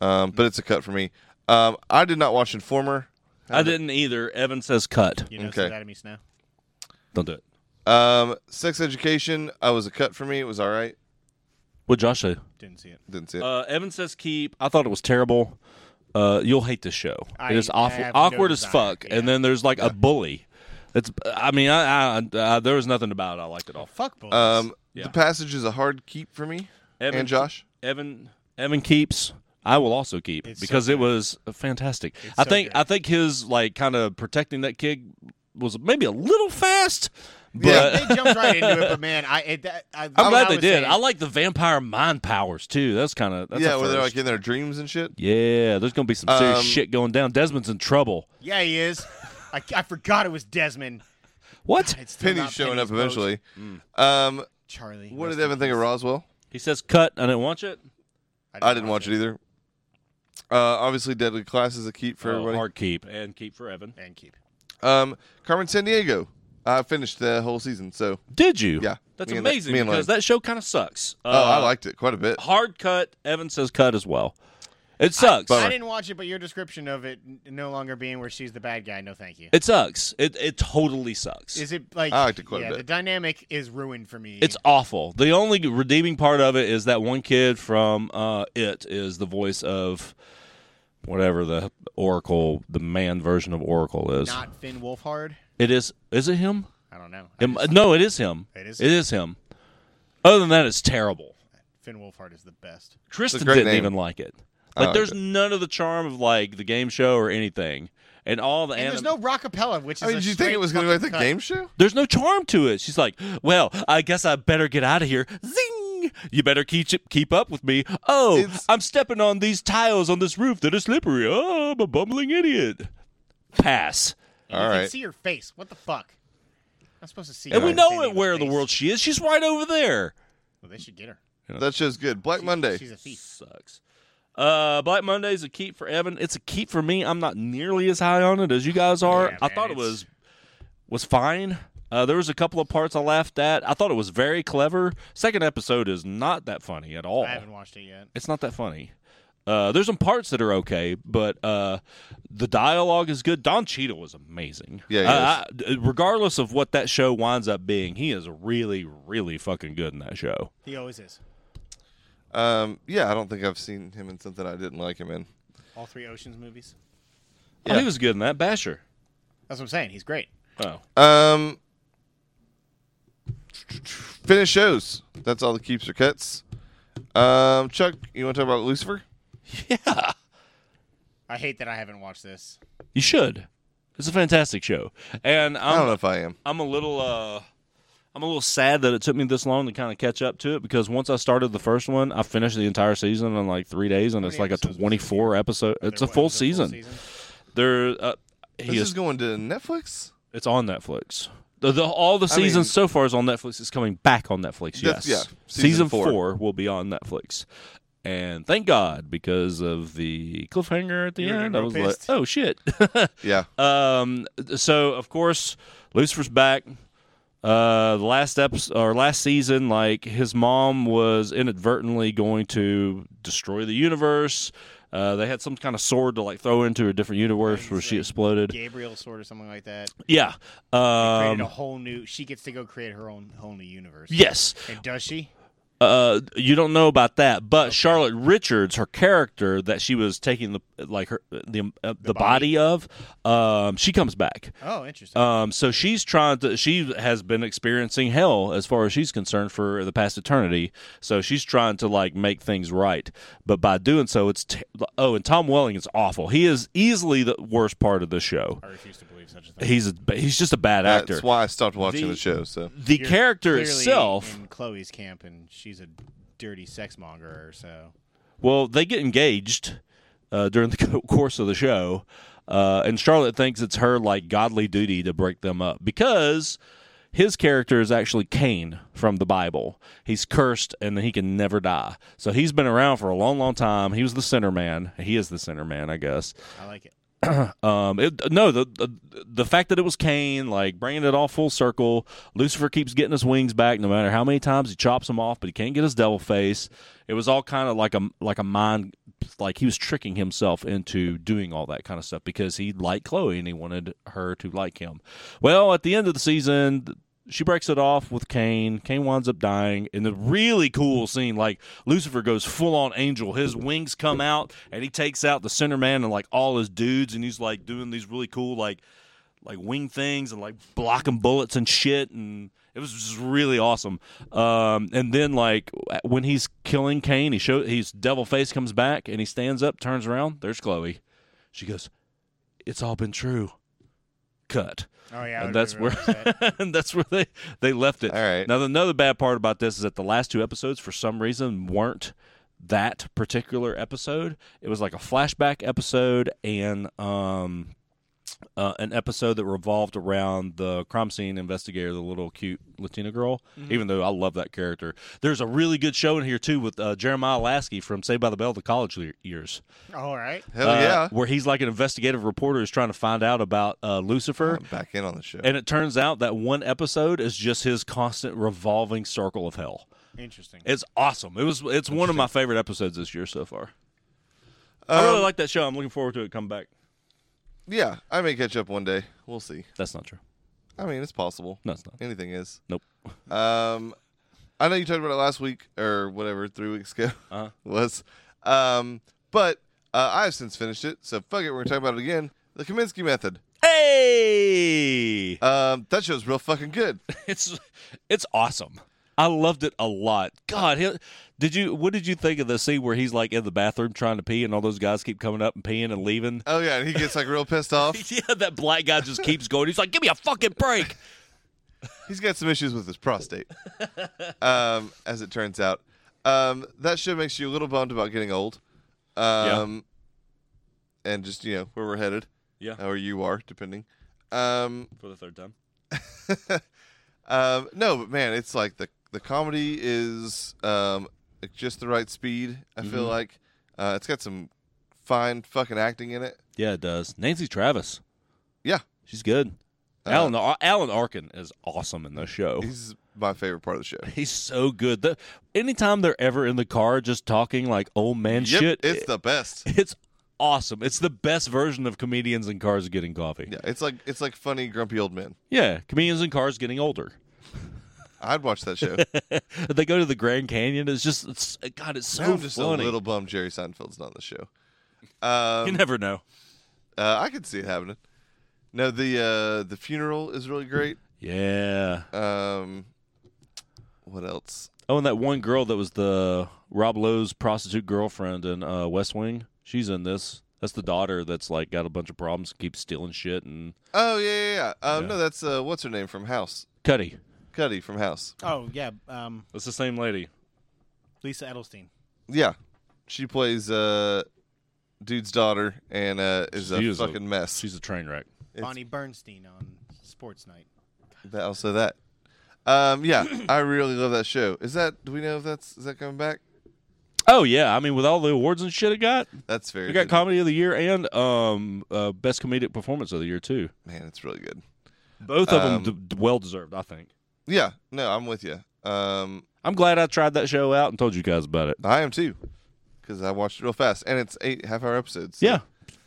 Um, but it's a cut for me. Um, I did not watch Informer.
I didn't either. Evan says cut.
you know,
okay.
so that me snow.
Don't do it.
Um, Sex Education. I was a cut for me. It was all right.
What Josh say?
Didn't see it.
Didn't see it.
Uh, Evan says keep. I thought it was terrible. Uh, you'll hate this show.
I-
it is
I
awful,
have no
awkward as
desire,
fuck.
yeah.
And then there's like a bully. It's. I mean, I, I, I there was nothing about it. I liked it all.
Fuck bullies.
um,
yeah.
The Passage is a hard keep for me.
Evan,
and Josh.
Evan Evan keeps. I will also keep
It's so
because it was fantastic. I
so
think
good.
I think his like kind of protecting that kid was maybe a little fast, but
Yeah.
they jumped right into it, but man, I, it, that, I
I'm glad they
was
did.
saying-
I like the vampire mind powers too. That's kind of that's
yeah,
a
where they're like
first.
in their dreams and shit.
yeah. There's gonna be some serious
Um,
shit going down. Desmond's in trouble.
yeah, he is. I, I forgot it was Desmond.
What
It's still
Penny's
not
showing
Penny's
up
boat.
eventually.
Mm.
Um,
Charlie.
what
rest
did
in
Evan think of
peace.
Roswell?
he says? Cut. I didn't watch it.
I didn't watch it either. Uh, obviously, Deadly Class is a keep for
Oh,
everybody.
hard keep and keep for Evan.
And keep.
Um, Carmen San Diego. I finished the whole season, so
Did you?
Yeah.
That's
Me and-
amazing
me and
because
Lane.
that show kind of sucks. Uh,
oh, I liked it quite a bit.
hard cut. Evan says cut as well. It sucks.
Bummer.
I didn't watch it, but your description of it n- no longer being where she's the bad guy, no thank you.
It sucks. It it totally sucks.
Is it like
I liked it quite a
yeah,
bit.
the dynamic is ruined for me.
it's awful. The only redeeming part of it is that one kid from uh, it is the voice of whatever the Oracle, the man version of Oracle is.
not Finn Wolfhard.
it is. Is it him?
I don't know. I
Am-
just-
no, it is him.
It is
It is him. Other than that, it's terrible.
Finn Wolfhard is the best.
Kristen
great
didn't
name.
even like it.
I
Like,
liked
there's
it.
none of the charm of like the game show or anything, and all the
And
anime.
there's no rockapella, which is
I mean,
a
did you think
straight
it was going to be like the
fucking cut.
game show?
There's no charm to it. She's like, "Well, I guess I better get out of here." Zing! You better keep keep up with me. Oh,
It's-
I'm stepping on these tiles on this roof that are slippery. Oh, I'm a bumbling idiot. Pass.
You
All
can
right.
see your face. What the fuck? I'm supposed to see.
And we
Carmen
know it
Sandiego's
where in the
face.
world she is. She's right over there.
Well, they should get her.
That show's good. Black Monday.
She's a thief.
Sucks. Uh, Black Monday's a keep for Evan. It's a keep for me. I'm not nearly as high on it as you guys are.
Yeah,
I
man,
thought it
it's-
was was fine. Uh, there was a couple of parts I laughed at. I thought it was very clever. Second episode is not that funny at all.
I haven't watched it yet.
It's not that funny. Uh, there's some parts that are okay, but uh, the dialogue is good. Don Cheadle was amazing. Uh,
Yeah, he
I- I- regardless of what that show winds up being, he is really, really fucking good in that show.
He always is.
Um, yeah, I don't think I've seen him in something I didn't like him in.
All three Oceans movies.
Oh,
Yeah.
he was good in that. Basher.
That's what I'm saying. He's great.
Oh,
Um, finish shows. That's all the keeps or cuts. Um, Chuck, you want to talk about Lucifer?
yeah.
I hate that I haven't watched this.
You should. It's a fantastic show, and
I don't know
I'm
if I am.
I'm a little uh, I'm a little sad that it took me this long to kind of catch up to it because once I started the first one, I finished the entire season in like three days, and
How
it's
many
like a
episodes was it?
24 episode.
Or
It's
there
a
was
full season. There, uh,
This
he
is
is.
going to Netflix.
It's on Netflix. The, the, all the
I mean-
seasons so far is on Netflix. It's coming back on Netflix. Yes,
That's- yeah, season
Season,
four.
four. will be on Netflix, and thank God because of the cliffhanger at the
You would've
end. I
been
was
real
like,
pissed.
oh shit.
Yeah,
Um. So of course, Lucifer's back. Uh, the last episode or last season, like his mom was inadvertently going to destroy the universe. Uh, they had some kind of sword to like throw into a different universe where she
Like
exploded.
Gabriel Sword or something like that.
Yeah.
Created a
Um.
whole new. She gets to go create her own whole new universe.
Yes.
And does she?
Uh, you don't know about that, but Charlotte Richards, her character that she was taking the like her the uh, the, body.
body.
of, um, she comes back.
Oh, interesting.
Um, so she's trying to. She has been experiencing hell as far as she's concerned for the past eternity. So she's trying to like make things right, but by doing so, it's te- oh, and Tom Welling is awful. He is easily the worst part of the show.
I refuse to believe such a thing.
He's a, he's just a bad actor.
that's why I stopped watching the,
The-
show. So
the
You're
character
clearly
itself.
in Chloe's camp, and she's a dirty sex mongerer. So
Well, they get engaged uh, during the co- course of the show, uh, and Charlotte thinks it's her like godly duty to break them up because his character is actually Cain from the Bible. He's cursed and he can never die. So he's been around for a long, long time. He was the sinner man. He is the sinner man, I guess.
I like it.
Um, it, no, the, the the fact that it was Cain, like bringing it all full circle. Lucifer keeps getting his wings back, no matter how many times he chops them off, but he can't get his devil face. It was all kind of like a like a mind, like he was tricking himself into doing all that kind of stuff because he liked Chloe and he wanted her to like him. Well, at the end of the season. th- She breaks it off with Cain. Cain winds up dying. And the really cool scene, like Lucifer goes full on angel. His wings come out and he takes out the center man and like all his dudes and he's like doing these really cool like like wing things and like blocking bullets and shit and it was just really awesome. Um, and then like when he's killing Cain, he show he's devil face comes back and he stands up, turns around, there's Chloe. She goes, "It's all been true." Cut
Oh yeah, I would've
and that's
been real
where
upset.
and that's where they they left it.
All right.
Now another bad part about this is that the last two episodes, for some reason, weren't that particular episode. It was like a flashback episode and um. Uh, an episode that revolved around the crime scene investigator, the little cute Latina girl. Even though I love that character, there's a really good show in here too with uh, Jeremiah Lasky from Saved by the Bell, the college le- years.
Oh, All right.
hell
Uh,
yeah,
where he's like an investigative reporter who's trying to find out about uh, Lucifer.
I'm back in on the show.
And it turns out that one episode is just his constant revolving circle of hell.
Interesting.
It's awesome. It was it's one of my favorite episodes this year so far. I really like that show. I'm looking forward to it come back.
yeah, I may catch up one day. We'll see.
That's not true.
I mean, it's possible.
No, it's not.
Anything is.
Nope.
Um, I know you talked about it last week or whatever, three weeks ago
Uh-huh.
was. Um, but uh, I have since finished it, so fuck it. We're gonna talk about it again. The Kaminsky Method.
Hey,
Um, that show's real fucking good.
it's it's awesome. I loved it a lot. God, he, did you? What did you think of the scene where he's like in the bathroom trying to pee, and all those guys keep coming up and peeing and leaving?
Oh yeah, and he gets like real pissed off.
yeah, that black guy just keeps going. He's like, "Give me a fucking break."
He's got some issues with his prostate, um, as it turns out. Um, that show makes you a little bummed about getting old. Um, And just you know where we're headed,
Yeah,
or you are, depending. Um,
for the third time.
um, no, but man, it's like the the comedy is um, at just the right speed. I
Mm-hmm.
feel like uh, it's got some fine fucking acting in it.
Yeah, it does. Nancy Travis.
Yeah. Uh,
She's good. Alan Ar- Alan Arkin is awesome in the show.
He's my favorite part of the show.
He's so good. The, anytime they're ever in the car just talking like old man
Yep,
shit,
it's
it-
the best.
it's awesome. It's the best version of comedians in cars getting coffee.
Yeah, it's like it's like funny grumpy old men.
Yeah, comedians in cars getting older.
I'd watch that show.
they go to the Grand Canyon. It's just, it's, God, it's so
I'm just
funny.
a little bummed Jerry Seinfeld's not on the show. Um,
you never know.
uh, I could see it happening. No, the uh, the funeral is really great.
Yeah.
Um, what else?
Oh, and that one girl that was the Rob Lowe's prostitute girlfriend in uh, West Wing. She's in this. That's the daughter that's like got a bunch of problems, keeps stealing shit and
Oh yeah, yeah. yeah. Um,
Yeah.
No, that's uh, what's her name from House.
Cuddy.
Cuddy from House.
Oh yeah, um,
That's the same lady.
Lisa Edelstein.
Yeah, she plays uh, dude's daughter and uh, is
She
a
is a-
fucking mess.
She's a train wreck.
It's-
Bonnie Bernstein on Sports Night.
That also that. Um, yeah, I really love that show. Is that? Do we know if that's is that coming back?
Oh yeah, I mean with all the awards and shit it got,
That's very
it got
good.
comedy of the year and um uh, best comedic performance of the year too.
man. It's really good.
Both of
Um,
them d- d- well deserved, I think.
Yeah, no, I'm with you. Um,
I'm glad I tried that show out and told you guys about it.
I am too, because I watched it real fast, and it's eight half hour episodes. so
Yeah,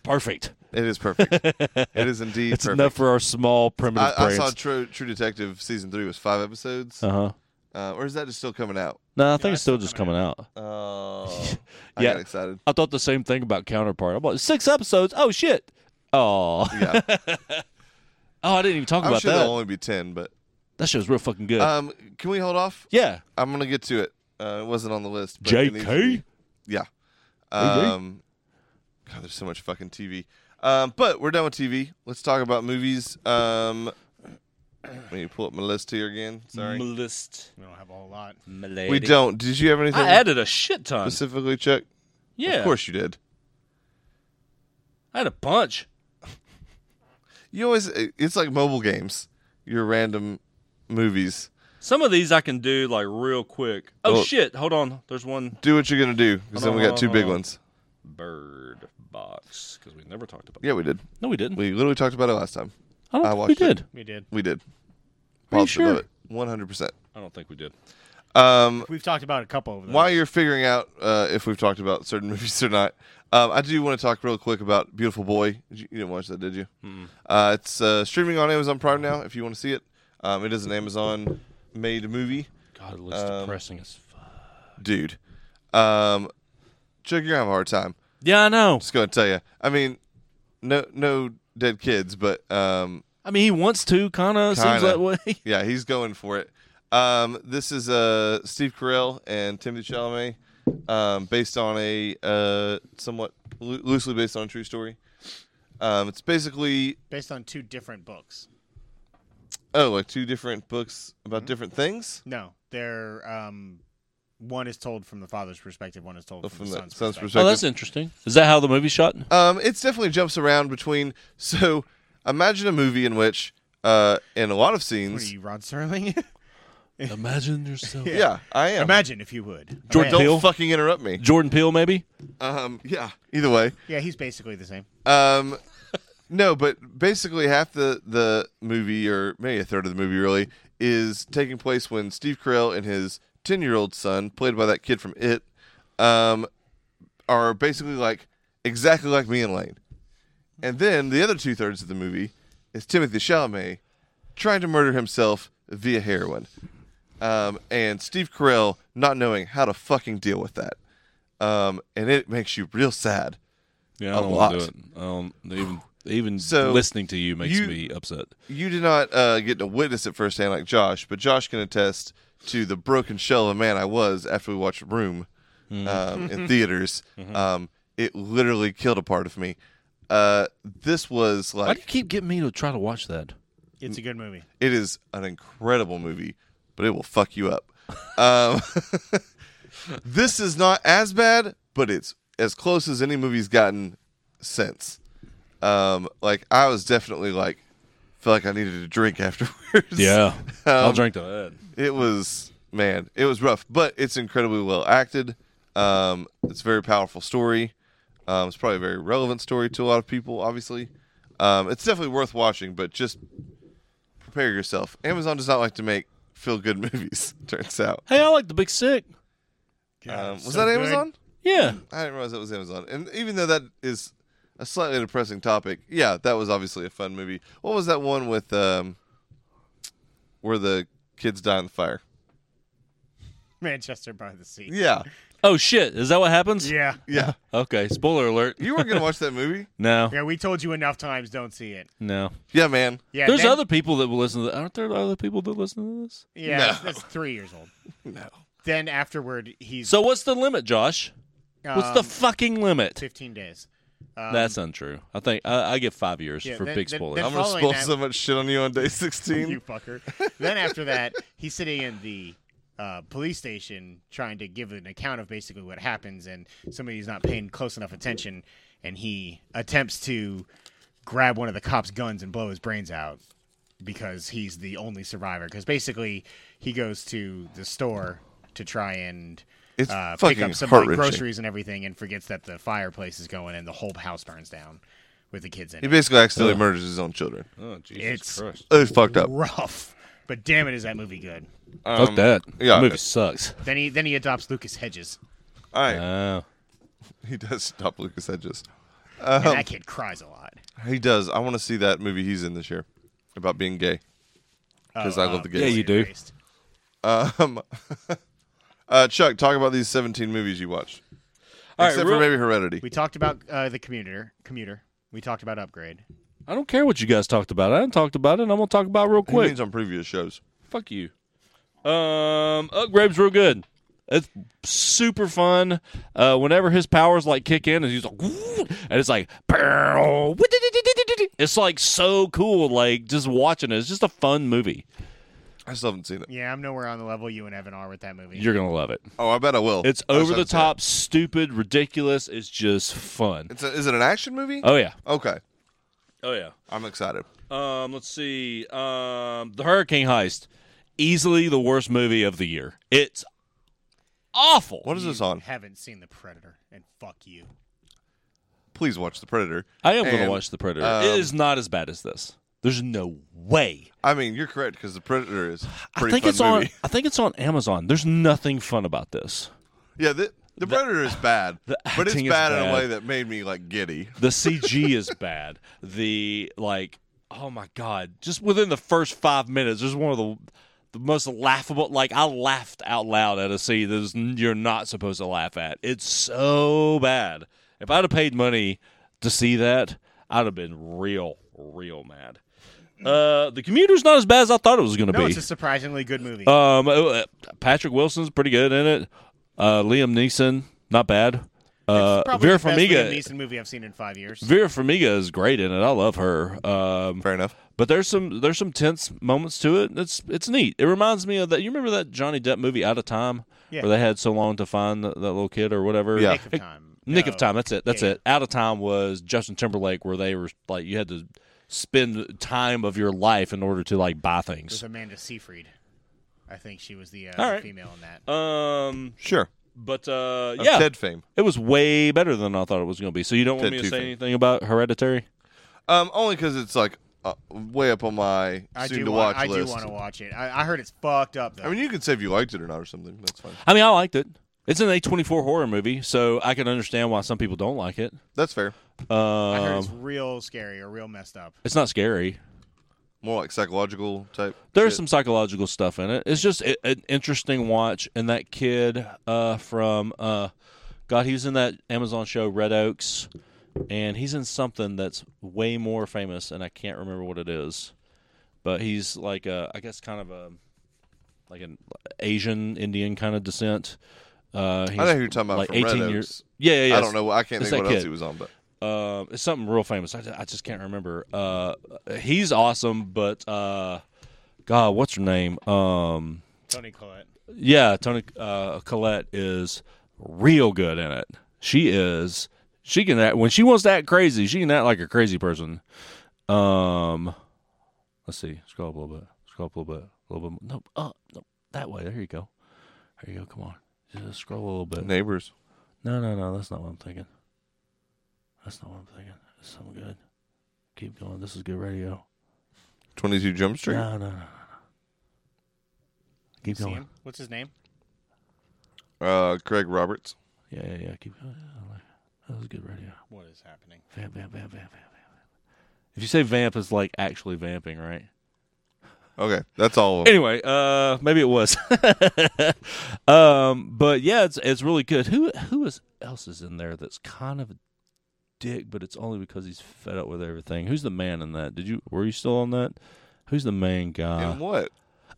perfect.
it is perfect. it is indeed.
It's
perfect.
enough for our small primitive
I, I
brains.
saw True, True Detective season three was five episodes,
uh huh.
uh, or is that just still coming out?
No, I think
No,
it's still just coming out.
Oh, I
Yeah.
got excited.
I thought the same thing about Counterpart. I'm like six episodes. Oh shit. Oh.
Yeah,
Oh, I didn't even talk
I'm
about
sure
that.
there'll only be ten, but
That show's real fucking good.
um, can we hold off?
yeah.
I'm gonna get to it. Uh, it wasn't on the list. But it needs to be.
J.K.
Yeah.
Okay.
Um, God, there's so much fucking TV. Um, but we're done with TV. Let's talk about movies. Um, let me pull up my list here again. Sorry,
List.
We don't have a whole lot.
Mm.
we don't. Did you have anything
I added a shit ton.
specifically, Chuck?
Yeah.
Of course you did.
I had a bunch.
You always. It's like mobile games. Your random movies.
Some of these I can do like real quick. Oh
Well-
shit, hold on. There's one
Do what you're gonna do, because then we got
Hold on,
two
hold
big
on.
ones.
bird box because we never talked about.
Yeah, we did.
No, we didn't.
We literally talked about it last time.
I don't
I
think we
watched it.
did.
We did.
We did.
Are you
Positive of
sure?
it. 100%.
I don't think we did.
Um,
We've talked about a couple of them.
while you're figuring out uh, if we've talked about certain movies or not, um, I do want to talk real quick about Beautiful Boy. Did You, you didn't watch that, did you? Uh, it's uh, streaming on Amazon Prime now. If you want to see it, um, it is an Amazon-made movie,
God, it looks
Um,
depressing as fuck.
dude. Um, Chuck, you're gonna have a hard time.
Yeah, I know.
Just gonna tell you. I mean, no, no dead kids, but um,
I mean, he wants to, kind of seems
Kinda.
that way.
yeah, he's going for it. Um, this is uh, Steve Carell and Timothy Chalamet, um, based on a uh, somewhat loo- loosely based on a true story. Um, it's basically
based on two different books.
oh, like two different books about different things
No, they're um, one is told from the father's perspective, one is told
Oh,
from, the son's, perspective.
oh, that's interesting. Is that how the movie shot?
Um, it's definitely jumps around between. So imagine a movie in which, uh, in a lot of
What are
scenes,
you, Rod Serling?
Imagine yourself.
yeah. I am.
Imagine if you would.
Jordan
Imagine.
Don't
Peele.
fucking interrupt me.
Jordan Peele, maybe.
Um, yeah. Either way.
Yeah, he's basically the same.
Um, no, but basically half the the movie, or maybe a third of the movie, really, is taking place when Steve Carell and his ten year old son, played by that kid from It, um, are basically like exactly like me and Lane. And then the other two thirds of the movie is Timothy Chalamet trying to murder himself via heroin, um, and Steve Carell not knowing how to fucking deal with that. Um, and it makes you real sad.
Yeah,
A
I don't want to
lot.
do it. I don't, even even
So,
listening to you makes
you-
me upset.
you did not uh, get to witness it firsthand like Josh, but Josh can attest to the broken shell of a man I was after we watched Room um, in theaters. Um, it literally killed a part of me. Uh, this was
Why do you
like
keep getting me to try to watch that?
It's a good movie.
it is an incredible movie, but it will fuck you up. Um, this is not as bad, but it's as close as any movie's gotten since. Um, like I was definitely like felt like I needed a drink afterwards.
I'll
Um,
drink to that.
it was man it was rough but it's incredibly well acted um, it's a very powerful story um, it's probably a very relevant story to a lot of people obviously um, it's definitely worth watching but just prepare yourself. Amazon does not like to make feel good movies. Turns out.
Hey, I like the big sick.
Um, was
so
that
good.
Amazon?
Yeah.
I didn't realize that was Amazon. And even though that is a slightly depressing topic, yeah, that was obviously a fun movie. What was that one with um, where the kids die in the fire?
Manchester by the Sea.
Yeah,
Oh shit! Is that what happens?
Yeah.
yeah.
Okay. Spoiler alert.
You weren't gonna watch that movie?
No.
Yeah, we told you enough times. Don't see it.
No.
Yeah, man.
Yeah,
There's
then-
other people that will listen to. That. Aren't there other people that listen to this?
Yeah,
No.
that's- that's three years old.
No.
Then afterward, he's
So what's the limit, Josh? What's the
um,
fucking limit?
fifteen days? Um,
That's untrue. I think I, I get five years
Yeah,
for
then-
big
then-
spoilers.
then-
I'm gonna
following
spoil
that-
so much shit on you on day 16.
uh,
you fucker. then after that, he's sitting in the uh, police station trying to give an account of basically what happens, and somebody's not paying close enough attention, and he attempts to grab one of the cops' guns and blow his brains out because he's the only survivor. Because basically, he goes to the store to try and.
It's
uh, pick
fucking
up some like,
heart-wrenching.
groceries and everything, and forgets that the fireplace is going, and the whole house burns down with the kids in
He
it.
basically accidentally murders his own children.
oh
It's- Christ.
It was fucked up.
Rough, but damn it, is that movie good?
Um,
Fuck that.
yeah.
The movie sucks.
Then he then he adopts Lucas Hedges,
All right.
Oh.
He does stop Lucas Hedges.
and that kid cries a lot.
He does. I want to see that movie he's in this year about being gay. Because
Oh,
I love the gays.
yeah, you do.
Erased.
Um, uh, Chuck, talk about these 17 movies you watched.
All right,
Except
real-
for maybe Heredity.
We talked about uh, the commuter commuter. We talked about upgrade.
I don't care what you guys talked about. I haven't talked about it. and I'm gonna talk about it real
Who
quick.
means on previous shows?
Fuck you. Um, upgrade's real good. It's super fun. Uh, whenever his powers like kick in, and he's like, "Woo!" and it's like, "Bow." it's like so cool. Like just watching it, it's just a fun movie.
I still haven't seen it.
Yeah, I'm nowhere on the level you and Evan are with that movie.
You're gonna love it.
Oh, I bet I will.
It's
I just
over the
haven't seen
top, stupid, ridiculous. It's just fun.
it. It's a, is it an action movie?
Oh yeah.
Okay.
Oh yeah.
I'm excited.
Um, let's see. Um, the Hurricane Heist, easily the worst movie of the year. It's awful.
What is
You
this on?
Haven't seen the Predator, and fuck you.
Please watch The Predator.
I am going
And,
to watch The Predator.
um,
it is not as bad as this. There's no way.
I mean, you're correct because The Predator is a
I
pretty
think
fun
it's
movie.
on. I think it's on Amazon. There's nothing fun about this.
Yeah, the, the Predator is bad,
the
but it's
acting is
bad in a
bad.
way that made me like giddy.
The CG is bad. The like, oh my god! Just within the first five minutes, there's one of the the most laughable. Like I laughed out loud at a scene that is, you're not supposed to laugh at. It's so bad. If I'd have paid money to see that, I'd have been real, real mad. Uh, the commuter's not as bad as I thought it was going to
No,
be.
it's a surprisingly good movie.
Um, uh, Patrick Wilson's pretty good in it. Uh, Liam Neeson, not bad. Uh,
Probably
Vera
the best Liam
Farmiga,
Neeson movie I've seen in five years.
Vera Farmiga is great in it. I love her. Um,
Fair enough.
but there's some there's some tense moments to it. It's it's neat. It reminds me of that. You remember that Johnny Depp movie Out of Time,
Yeah.
where they had so long to find that, that little kid or whatever.
Yeah.
Nick of Time.
Nick
No.
of Time. That's it. That's
Yeah,
it. Out of Time was Justin Timberlake, where they were like you had to spend time of your life in order to like buy
It was
things.
Amanda Seyfried. I think she was the uh,
All right.
female in that.
Um,
Sure.
but uh,
Of
yeah,
Ted fame.
It was way better than I thought it was going to be. So you don't want
Ted
me to say
Tufan.
anything about Hereditary?
Um, only because it's like uh, way up on my
I
soon
do.
to
Want,
watch
I do
list.
want to watch it. I, I heard it's fucked up though.
I mean, you could say if you liked it or not or something. That's fine.
I mean, I liked it. It's an A24 horror movie, so I can understand why some people don't like it.
That's fair.
I heard it's
Um,
real scary or real messed up.
it's not scary.
More like psychological type.
There's
shit.
some psychological stuff in it. It's just a, an interesting watch. And that kid uh, from, uh, God, he was in that Amazon show Red Oaks, and he's in something that's way more famous, and I can't remember what it is. But he's like a, I guess, kind of a, like an Asian Indian kind of descent. Uh, he's
I know who you're talking about
like
from
18
Red
years.
Oaks.
Yeah, yeah, yeah.
I don't know. I can't
It's
think
that
what else
kid.
he was on, but
Uh, it's something real famous. I, ju- I just can't remember. Uh, he's awesome, but uh, God, what's her name? Um,
Tony Collette.
yeah, Tony uh, Collette is real good in it. She is. She can act when she wants to act crazy. She can act like a crazy person. Um, let's see. Scroll up a little bit. Scroll up a little bit. A little bit. more. No, up. No, that way. There you go. There you go. Come on. Just scroll a little bit.
neighbors.
No, no, no. That's not what I'm thinking. That's not what I'm thinking. This is something good. Keep going. This is good radio.
Twenty Two Jump Street.
No, no, no, no. Keep
See
going.
him? What's his name?
Uh, Craig Roberts.
Yeah, yeah, yeah. Keep going. That was good radio.
What is happening?
Vamp, vamp, vamp, vamp, vamp, vamp. If you say vamp, it's like actually vamping, right?
Okay, that's all. Of them.
Anyway, uh, maybe it was. um, but yeah, it's it's really good. Who who is else is in there that's kind of a dick, but it's only because he's fed up with everything. Who's the man in that? Did you were you still on that? Who's the main guy?
and what?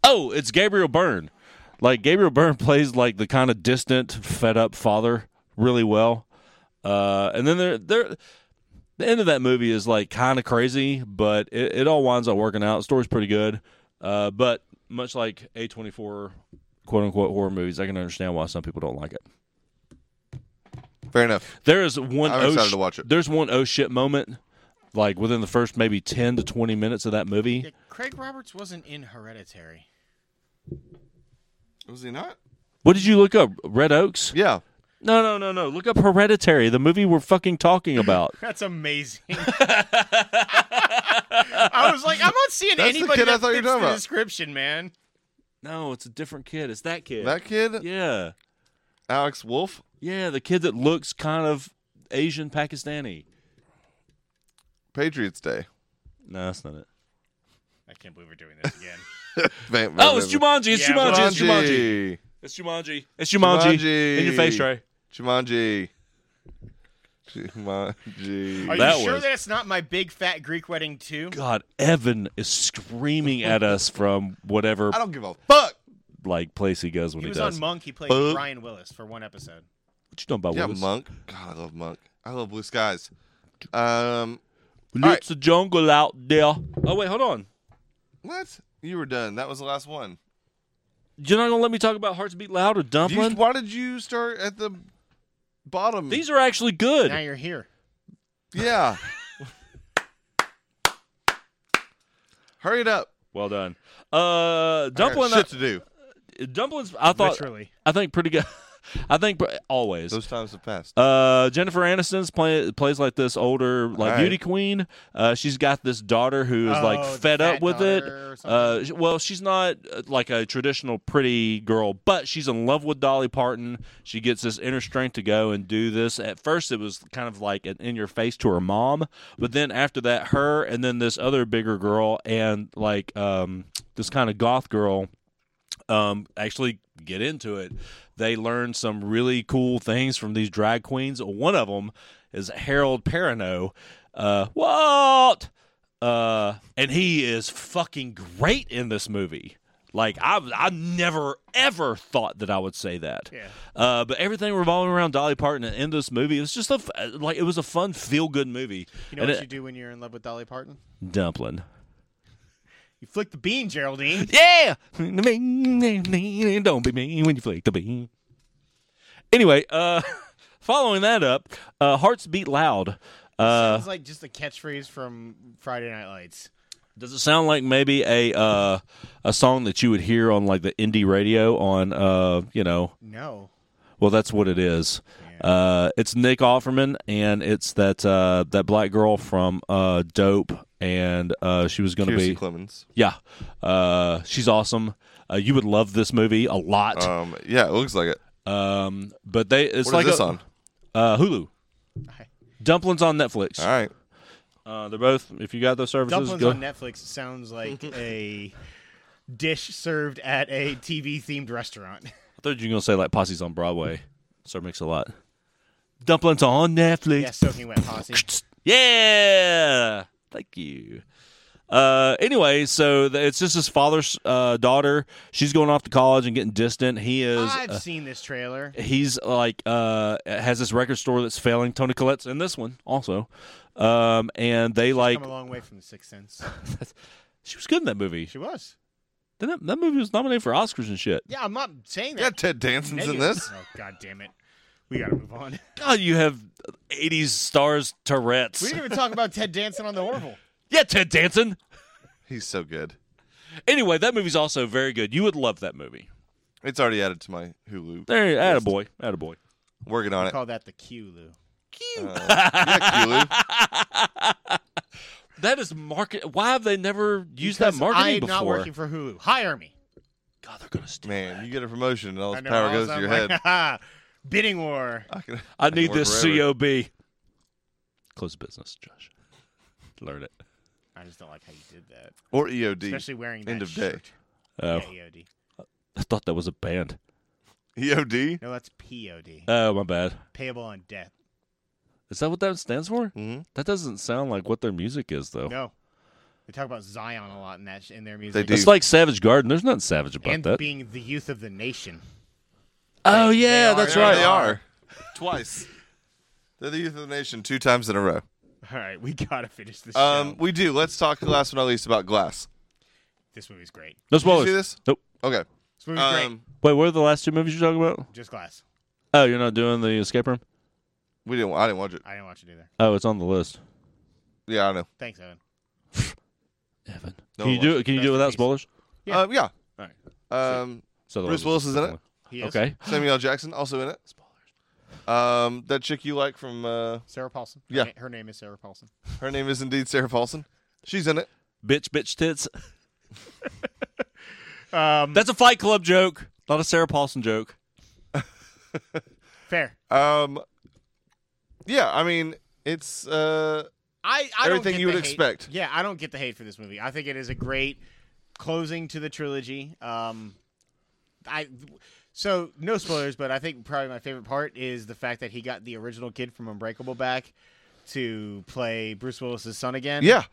Oh, it's Gabriel Byrne. Like Gabriel Byrne plays like the kind of distant, fed up father really well. Uh, and then there, there, the end of that movie is like kind of crazy, but it, it all winds up working out. The story's pretty good. Uh, but much like A twenty four, quote unquote horror movies, I can understand why some people don't like it.
Fair enough.
There is one.
I'm
oh
excited
sh-
to watch it.
There's one oh shit moment, like within the first maybe ten to twenty minutes of that movie.
Yeah, Craig Roberts wasn't in Hereditary.
Was he not?
What did you look up? Red Oaks.
Yeah.
No, no, no, no. Look up Hereditary, the movie we're fucking talking about.
That's amazing. I was like, I'm not seeing
That's the
anybody
kid I
that
thought you were
fits
talking
the
about.
description, man.
no, it's a different kid. It's that kid.
That kid,
yeah.
Alex Wolf.
Yeah, the kid that looks kind of Asian Pakistani.
Patriots Day.
No, that's not it.
I can't believe we're doing this again.
Vamp, vamp,
Oh, it's
vamp.
Jumanji. It's
Yeah,
Jumanji. It's Jumanji.
Jumanji.
It's Jumanji. It's Jumanji.
Jumanji.
In your face, Trey.
Jumanji. Jumanji.
Are
That
you sure
was-
that it's not my big fat Greek wedding too?
God, Evan is screaming at us from whatever
I don't give a fuck.
like place he goes when
He
he,
was
does.
on Monk. He played
Bug.
Brian Willis for one episode.
What you talking about?
Yeah,
Willis?
Monk. God, I love Monk. I love Blue Skies. Um, right.
It's a jungle out there. Oh wait, hold on.
what? You were done. That was the last one.
You're not gonna let me talk about Hearts Beat Loud or
You,
Dumpling?
why did you start at the bottom?
These are actually good.
Now you're here.
yeah. Hurry it up.
Well done. Uh,
I got
dumpling.
shit to do.
dumplings. I thought.
Literally.
I think pretty good. I think pr- always.
Those times have passed.
Uh, Jennifer Aniston's play, plays like this older like
Alright.
beauty queen. Uh, she's got this daughter who is like
Oh, the
fed up
fat
with
daughter or
it. Uh,
something.
sh- well, she's not uh, like a traditional pretty girl, but she's in love with Dolly Parton. She gets this inner strength to go and do this. At first, it was kind of like an in your face to her mom, but then after that, her and then this other bigger girl and like um, this kind of goth girl um, actually get into it. They learn some really cool things from these drag queens. One of them is Harold Perrineau. Uh, what? Uh, and he is fucking great in this movie. Like I, I never ever thought that I would say that.
Yeah.
Uh, but everything revolving around Dolly Parton and in this movie, it was just a f- like it was a fun feel good movie.
You know
And
what
it-
you do when you're in love with Dolly Parton?
Dumpling.
You flick the bean, Geraldine.
Yeah, don't be mean when you flick the bean. Anyway, uh, following that up, uh, hearts beat loud. Uh,
Sounds like just a catchphrase from Friday Night Lights.
does it sound like maybe a uh, a song that you would hear on like the indie radio on uh, you know?
No.
Well, that's what it is. Uh, it's Nick Offerman, and it's that uh, that black girl from uh, Dope, and uh, she was going to
Kiersey
be
Clemens.
yeah, uh, she's awesome. Uh, you would love this movie a lot.
Um, yeah, it looks like it.
Um, but they
What
it's
is
like
this
a-
on?
Uh, Hulu. Dumplings on Netflix.
All right.
Uh, they're both. If you got those services,
Dumplings
go.
on Netflix sounds like a dish served at a TV themed restaurant.
I thought you were gonna say like Posse's on Broadway. So it makes a lot. Dumplings on Netflix.
yeah, soaking wet posse.
Yeah. Thank you. Uh, anyway, so th- it's just his father's uh, daughter. She's going off to college and getting distant. He is.
I've
uh,
seen this trailer.
he's like uh, has this record store that's failing. Tony Collette's in this one also, um, and they like
Come a long way from the Sixth Sense.
she was good in that movie.
She was.
That, that movie was nominated for Oscars and shit.
Yeah, I'm not saying
Yeah,
that.
Ted Danson's in
negative.
this.
Oh God damn it. We gotta move on.
God, you have 80s stars Tourette's.
We didn't even talk about Ted Danson on the Orville.
yeah, Ted Danson.
He's so good.
Anyway, that movie's also very good. You would love that movie.
It's already added to my Hulu.
There, attaboy, attaboy.
Working on it. Uh,
Call that the Q, Lou.
Yeah, Hulu.
That is market. Why have they never used
Because
that marketing
I am
before?
not working for Hulu. Hire me.
God, they're gonna steal.
Man,
that.
you get a promotion and all
I
this
know,
power
I
goes
was-
to
I'm
your
like,
head.
"Ha, Bidding war.
I, can,
I
can
need
work
this
forever.
COB. Close business, Josh. Learn it.
I just don't like how you did that,
Or E EOD.
especially wearing that
End of day.
shirt.
Oh,
Yeah, EOD.
I thought that was a band.
E EOD?
No, that's POD.
Oh, my bad.
Payable on death.
Is that what that stands for?
hmm
That doesn't sound like what their music is, though.
No, they talk about Zion a lot in that sh- in their music.
They do.
It's like Savage Garden. There's nothing savage about
and
that.
being the youth of the nation.
oh yeah,
are-
that's
they
right.
They are. Twice. They're the youth of the nation two times in a row.
All right, we gotta finish this.
Um,
show.
we do. Let's talk last but not least about Glass.
this movie's great.
No
Did you see
spoilers.
this?
Nope.
Okay.
This movie's great.
Um,
Wait, what are the last two movies you're talking about?
Just glass.
Oh, you're not doing the escape room.
we didn't. I didn't watch it.
I didn't watch it either.
Oh, it's on the list.
Yeah, I know.
Thanks, Evan.
Evan,
No
can you
one
do
watched
it? Can you
Rest
do it
in
without
peace.
spoilers?
Yeah.
Yeah.
Um, yeah.
All
Um,
So the
Bruce
other one's-
Willis is in it?
He is.
Okay.
Samuel L. Jackson also in it. Um, that chick you like from uh,
Sarah Paulson. Her
Yeah.
na- her name is Sarah Paulson.
her name is indeed Sarah Paulson. She's in it.
Bitch, bitch, tits.
Um,
That's a Fight Club joke, not a Sarah Paulson joke.
fair.
Um, yeah, I mean it's uh,
I, I don't
Everything
get
you
the
would
hate.
expect.
Yeah, I don't get the hate for this movie. I think it is a great closing to the trilogy. Um, I so no spoilers, but I think probably my favorite part is the fact that he got the original kid from Unbreakable back to play Bruce Willis's son again.
yeah,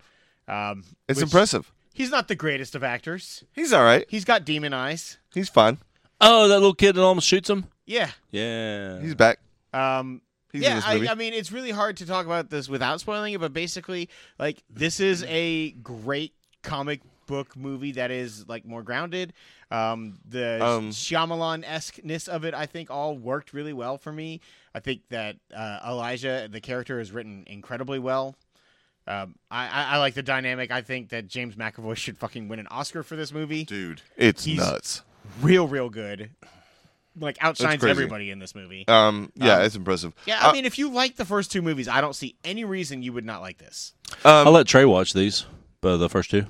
um,
it's
which-
impressive.
He's not the greatest of actors.
He's all right.
He's got demon eyes.
He's fine.
Oh, that little kid that almost shoots him.
Yeah.
Yeah.
He's back.
Um,
He's in
yeah,
this
I,
movie.
I mean, it's really hard to talk about this without spoiling it, but basically, like, this is a great comic book movie that is like more grounded. Um, the
Um,
Shyamalan esqueness of it, I think, all worked really well for me. I think that uh, Elijah, the character, is written incredibly well. Um, I, I, I like the dynamic. I think that James McAvoy should fucking win an Oscar for this movie.
Dude, it's
He's-
nuts.
Real, real good. Like outshines
crazy.
everybody in this movie.
Um, yeah,
um,
it's impressive.
Yeah, I
Uh,
mean, if you like the first two movies, I don't see any reason you would not like this.
I'll
um,
let Trey watch these, but the first two,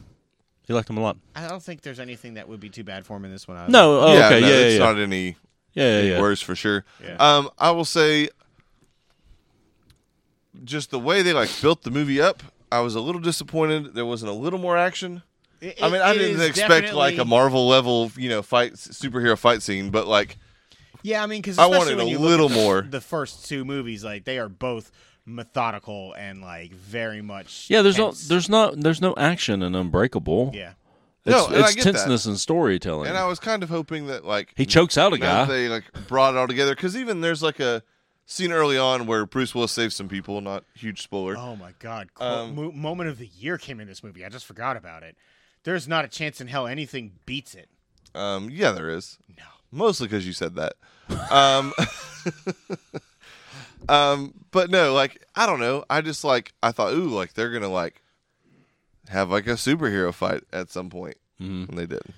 he liked them a lot.
I don't think there's anything that would be too bad for him in this one. either.
No, oh,
yeah,
okay,
no,
yeah,
it's
yeah,
not any
yeah, yeah, yeah.
worse for sure.
Yeah.
Um, I will say, just the way they like built the movie up, I was a little disappointed. There wasn't a little more action.
It-
I mean,
it-
I
it
didn't
is
expect like a
definitely-
Marvel level, you know, fight superhero fight scene, but like,
Yeah, I mean, because
I wanted a little more.
The first two movies, like they are both methodical and like very much.
Yeah, there's no,
tense.
there's not, there's no action in Unbreakable.
Yeah,
it's,
No, and I
it's
get that.
tenseness and storytelling.
and I was kind of hoping that like
he chokes out a
now that
guy.
Mm. they like brought it all together because even there's like a scene early on where Bruce Willis saves some people. Not huge spoiler.
Oh my god! Quote,
Um,
mo- moment of the year came in this movie. I just forgot about it. There's not a chance in hell anything beats it.
Oh.
Um, yeah, there is.
No.
mostly because you said that. Um, um, but no, like I don't know. I just like I thought, ooh, like they're gonna like have like a superhero fight at some point,
Mhm.
and they didn't.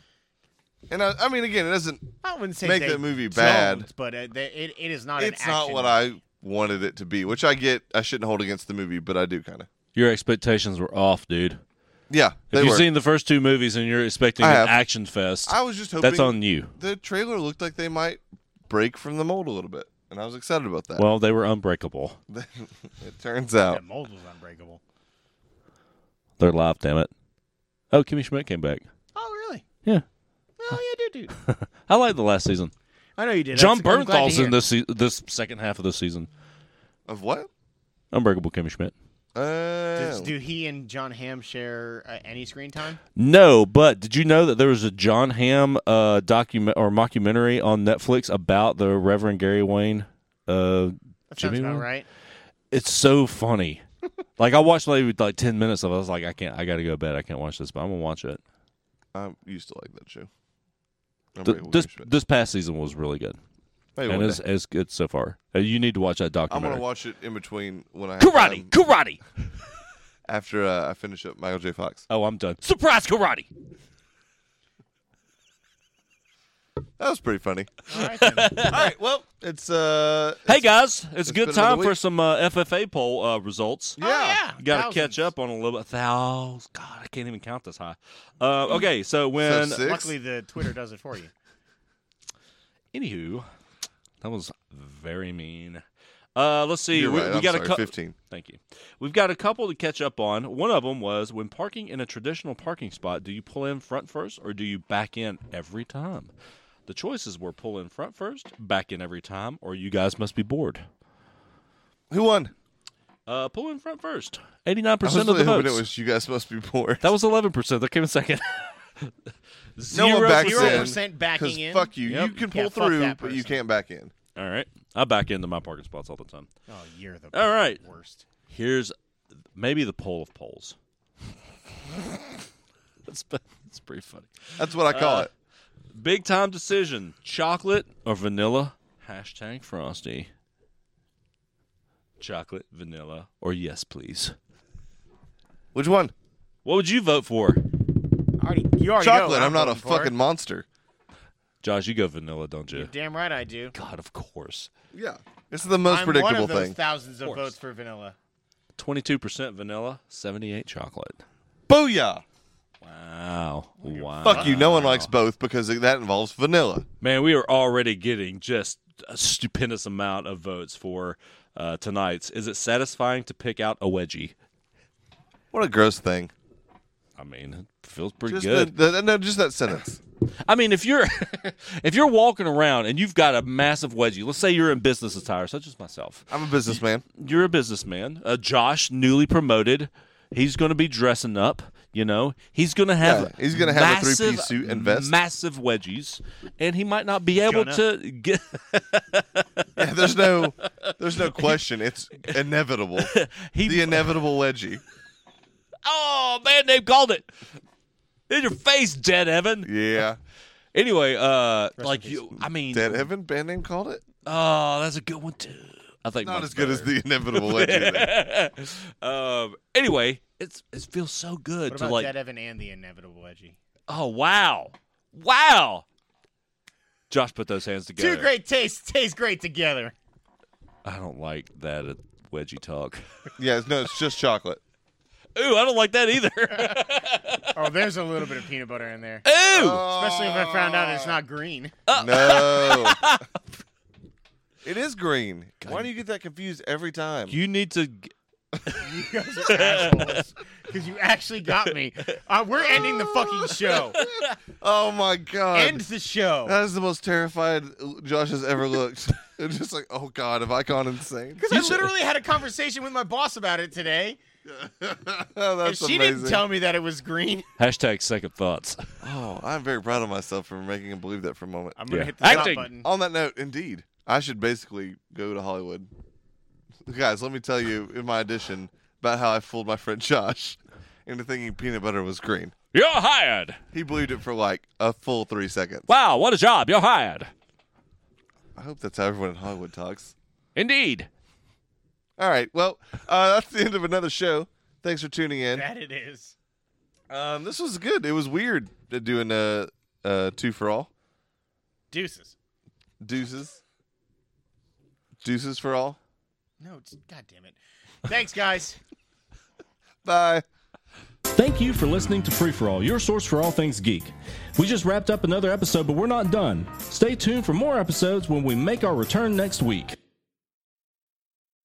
And I, I mean, again, it doesn't.
I wouldn't say
Make
they
that movie
don't,
bad.
but uh, they, it, it is not. an
It's not
action
what
movie.
I wanted it to be, which I get. I shouldn't hold against the movie, but I do kind of.
Your expectations were off, dude.
Yeah, they
If you've
were.
seen the first two movies and you're expecting
I
an
have.
action fest,
I was just hoping
that's on you.
the trailer looked like they might break from the mold a little bit, and I was excited about that.
Well, they were unbreakable.
it turns out
That mold was unbreakable.
They're live, damn it. Oh, Kimmy Schmidt came back.
Oh, really?
Yeah,
Oh, yeah, dude, dude.
I liked the last season.
I know you did.
John
That's- I'm glad to
Bernthal's in
hear.
this se- this second half of the season.
of what?
Unbreakable Kimmy Schmidt.
Uh,
Does, do he and John Hamm share uh, any screen time?
No, but did you know that there was a John Hamm uh, document or mockumentary on Netflix about the Reverend Gary Wayne? Uh,
That sounds
Jimmy
about
Wayne?
right.
It's so funny. like I watched maybe like ten minutes of. it. I was like, I can't. I got to go to bed. I can't watch this, but I'm gonna watch it.
I used to like that show.
Th- this this past season was really good, and it's, it's good so far. Uh, You need to watch that
I'm
documentary.
gonna watch um, it in between when I have
karate,
time
karate.
after uh, I finish up Michael J. Fox.
Oh, I'm done. Surprise karate.
That was pretty funny.
All right, then.
All right, well, it's uh,
Hey guys, it's a
been
good
another
time
week.
for some uh, FFA poll uh, results.
yeah.
Oh, yeah.
You got to
Thousands.
catch up on a little bit. Thousands. God, I can't even count this high. Uh, okay, so when.
six?
Luckily, the Twitter does it for you.
anywho, that was very mean. Uh, let's see.
You're
we
right.
we
I'm
got
sorry,
a cou-
fifteen.
Thank you. We've got a couple to catch up on. One of them was when parking in a traditional parking spot, do you pull in front first or do you back in every time? The choices were pull in front first, back in every time, or you guys must be bored.
Who won?
Uh, pull in front first.
I
89%
was
of the
really hoping
votes.
it was you guys must be poor.
that was 11%. That came in second.
No one backs
zero
in.
percent backing
Because
in?
fuck you.
Yep.
You can
Yeah,
pull
fuck
through,
that
but you
person.
can't back in.
All right. I back into my parking spots all the time.
Oh, you're the
All right.
worst.
Here's maybe the poll of polls. that's, that's pretty funny.
That's what I call it.
Big time decision: chocolate or vanilla? Hashtag Frosty. Chocolate, vanilla, or yes, please.
Which one?
What would you vote for,
Already, you already know
Chocolate.
what
I'm not a
voting for.
fucking monster.
Josh? You go vanilla, don't you?
Damn right I do.
God, of course.
Yeah. It's the most
I'm
predictable
one of those
thing.
thousands of
course.
votes for vanilla.
Twenty-two percent vanilla, seventy-eight chocolate.
Booyah.
Wow! Wow!
Fuck you. No one likes both because that involves vanilla.
Man, we are already getting just a stupendous amount of votes for uh, tonight's. Is it satisfying to pick out a wedgie?
What a gross thing.
I mean, it feels pretty
Just
good.
The, the, no, just that sentence.
I mean, if you're if you're walking around and you've got a massive wedgie, let's say you're in business attire, such as myself.
I'm a businessman.
You're a businessman. Uh, Josh, newly promoted, he's going to be dressing up. You know, he's going to have
Yeah, he's gonna have a
massive-
three-piece suit and vest.
massive wedgies, and he might not be able
gonna.
to get.
Yeah, there's no, there's no question. It's inevitable.
He,
The inevitable wedgie.
oh man, they called it in your face, Dead Evan.
Yeah.
Anyway, uh, like you, I mean,
Dead Evan band name called it.
oh, that's a good one too. I think
Not
mine's
as good as
better.
the inevitable wedgie. though.
um, anyway, it's it feels so good
What
to
about
like.
Dead Evan and the inevitable wedgie?
Oh wow, wow! Josh put those hands together.
Two great tastes taste great together.
I don't like that uh, wedgie talk.
Yeah. No, it's just chocolate.
Ooh, I don't like that either.
Oh, there's a little bit of peanut butter in there.
Ooh,
Oh.
Especially if I found out it's not green.
No. it is green. Why do you get that confused every time?
you need to. g-
You guys are assholes. Because you actually got me. Uh, we're ending the fucking show.
oh my god.
End the show.
that is the most terrified Josh has ever looked. it's just like, oh god, have I gone insane?
Because I literally had a conversation with my boss about it today. And
That's
she
amazing.
didn't tell me that it was green.
Hashtag second thoughts.
oh, I'm very proud of myself for making him believe that for a moment.
I'm going to
Yeah.
hit the stop
Acting.
button.
On that note, indeed, I should basically go to Hollywood. Guys, let me tell you in my edition about how I fooled my friend Josh into thinking peanut butter was green.
You're hired.
He believed it for like a full three seconds.
Wow, what a job. You're hired.
I hope that's how everyone in Hollywood talks.
Indeed.
All right. Well, uh, that's the end of another show. Thanks for tuning in.
That it is.
Um, this was good. It was weird uh, doing a uh, uh, two for all.
Deuces.
Deuces. Deuces for all.
No, it's, God damn it. Thanks, guys.
Bye.
Thank you for listening to Free For All, your source for all things geek. We just wrapped up another episode, but we're not done. Stay tuned for more episodes when we make our return next week.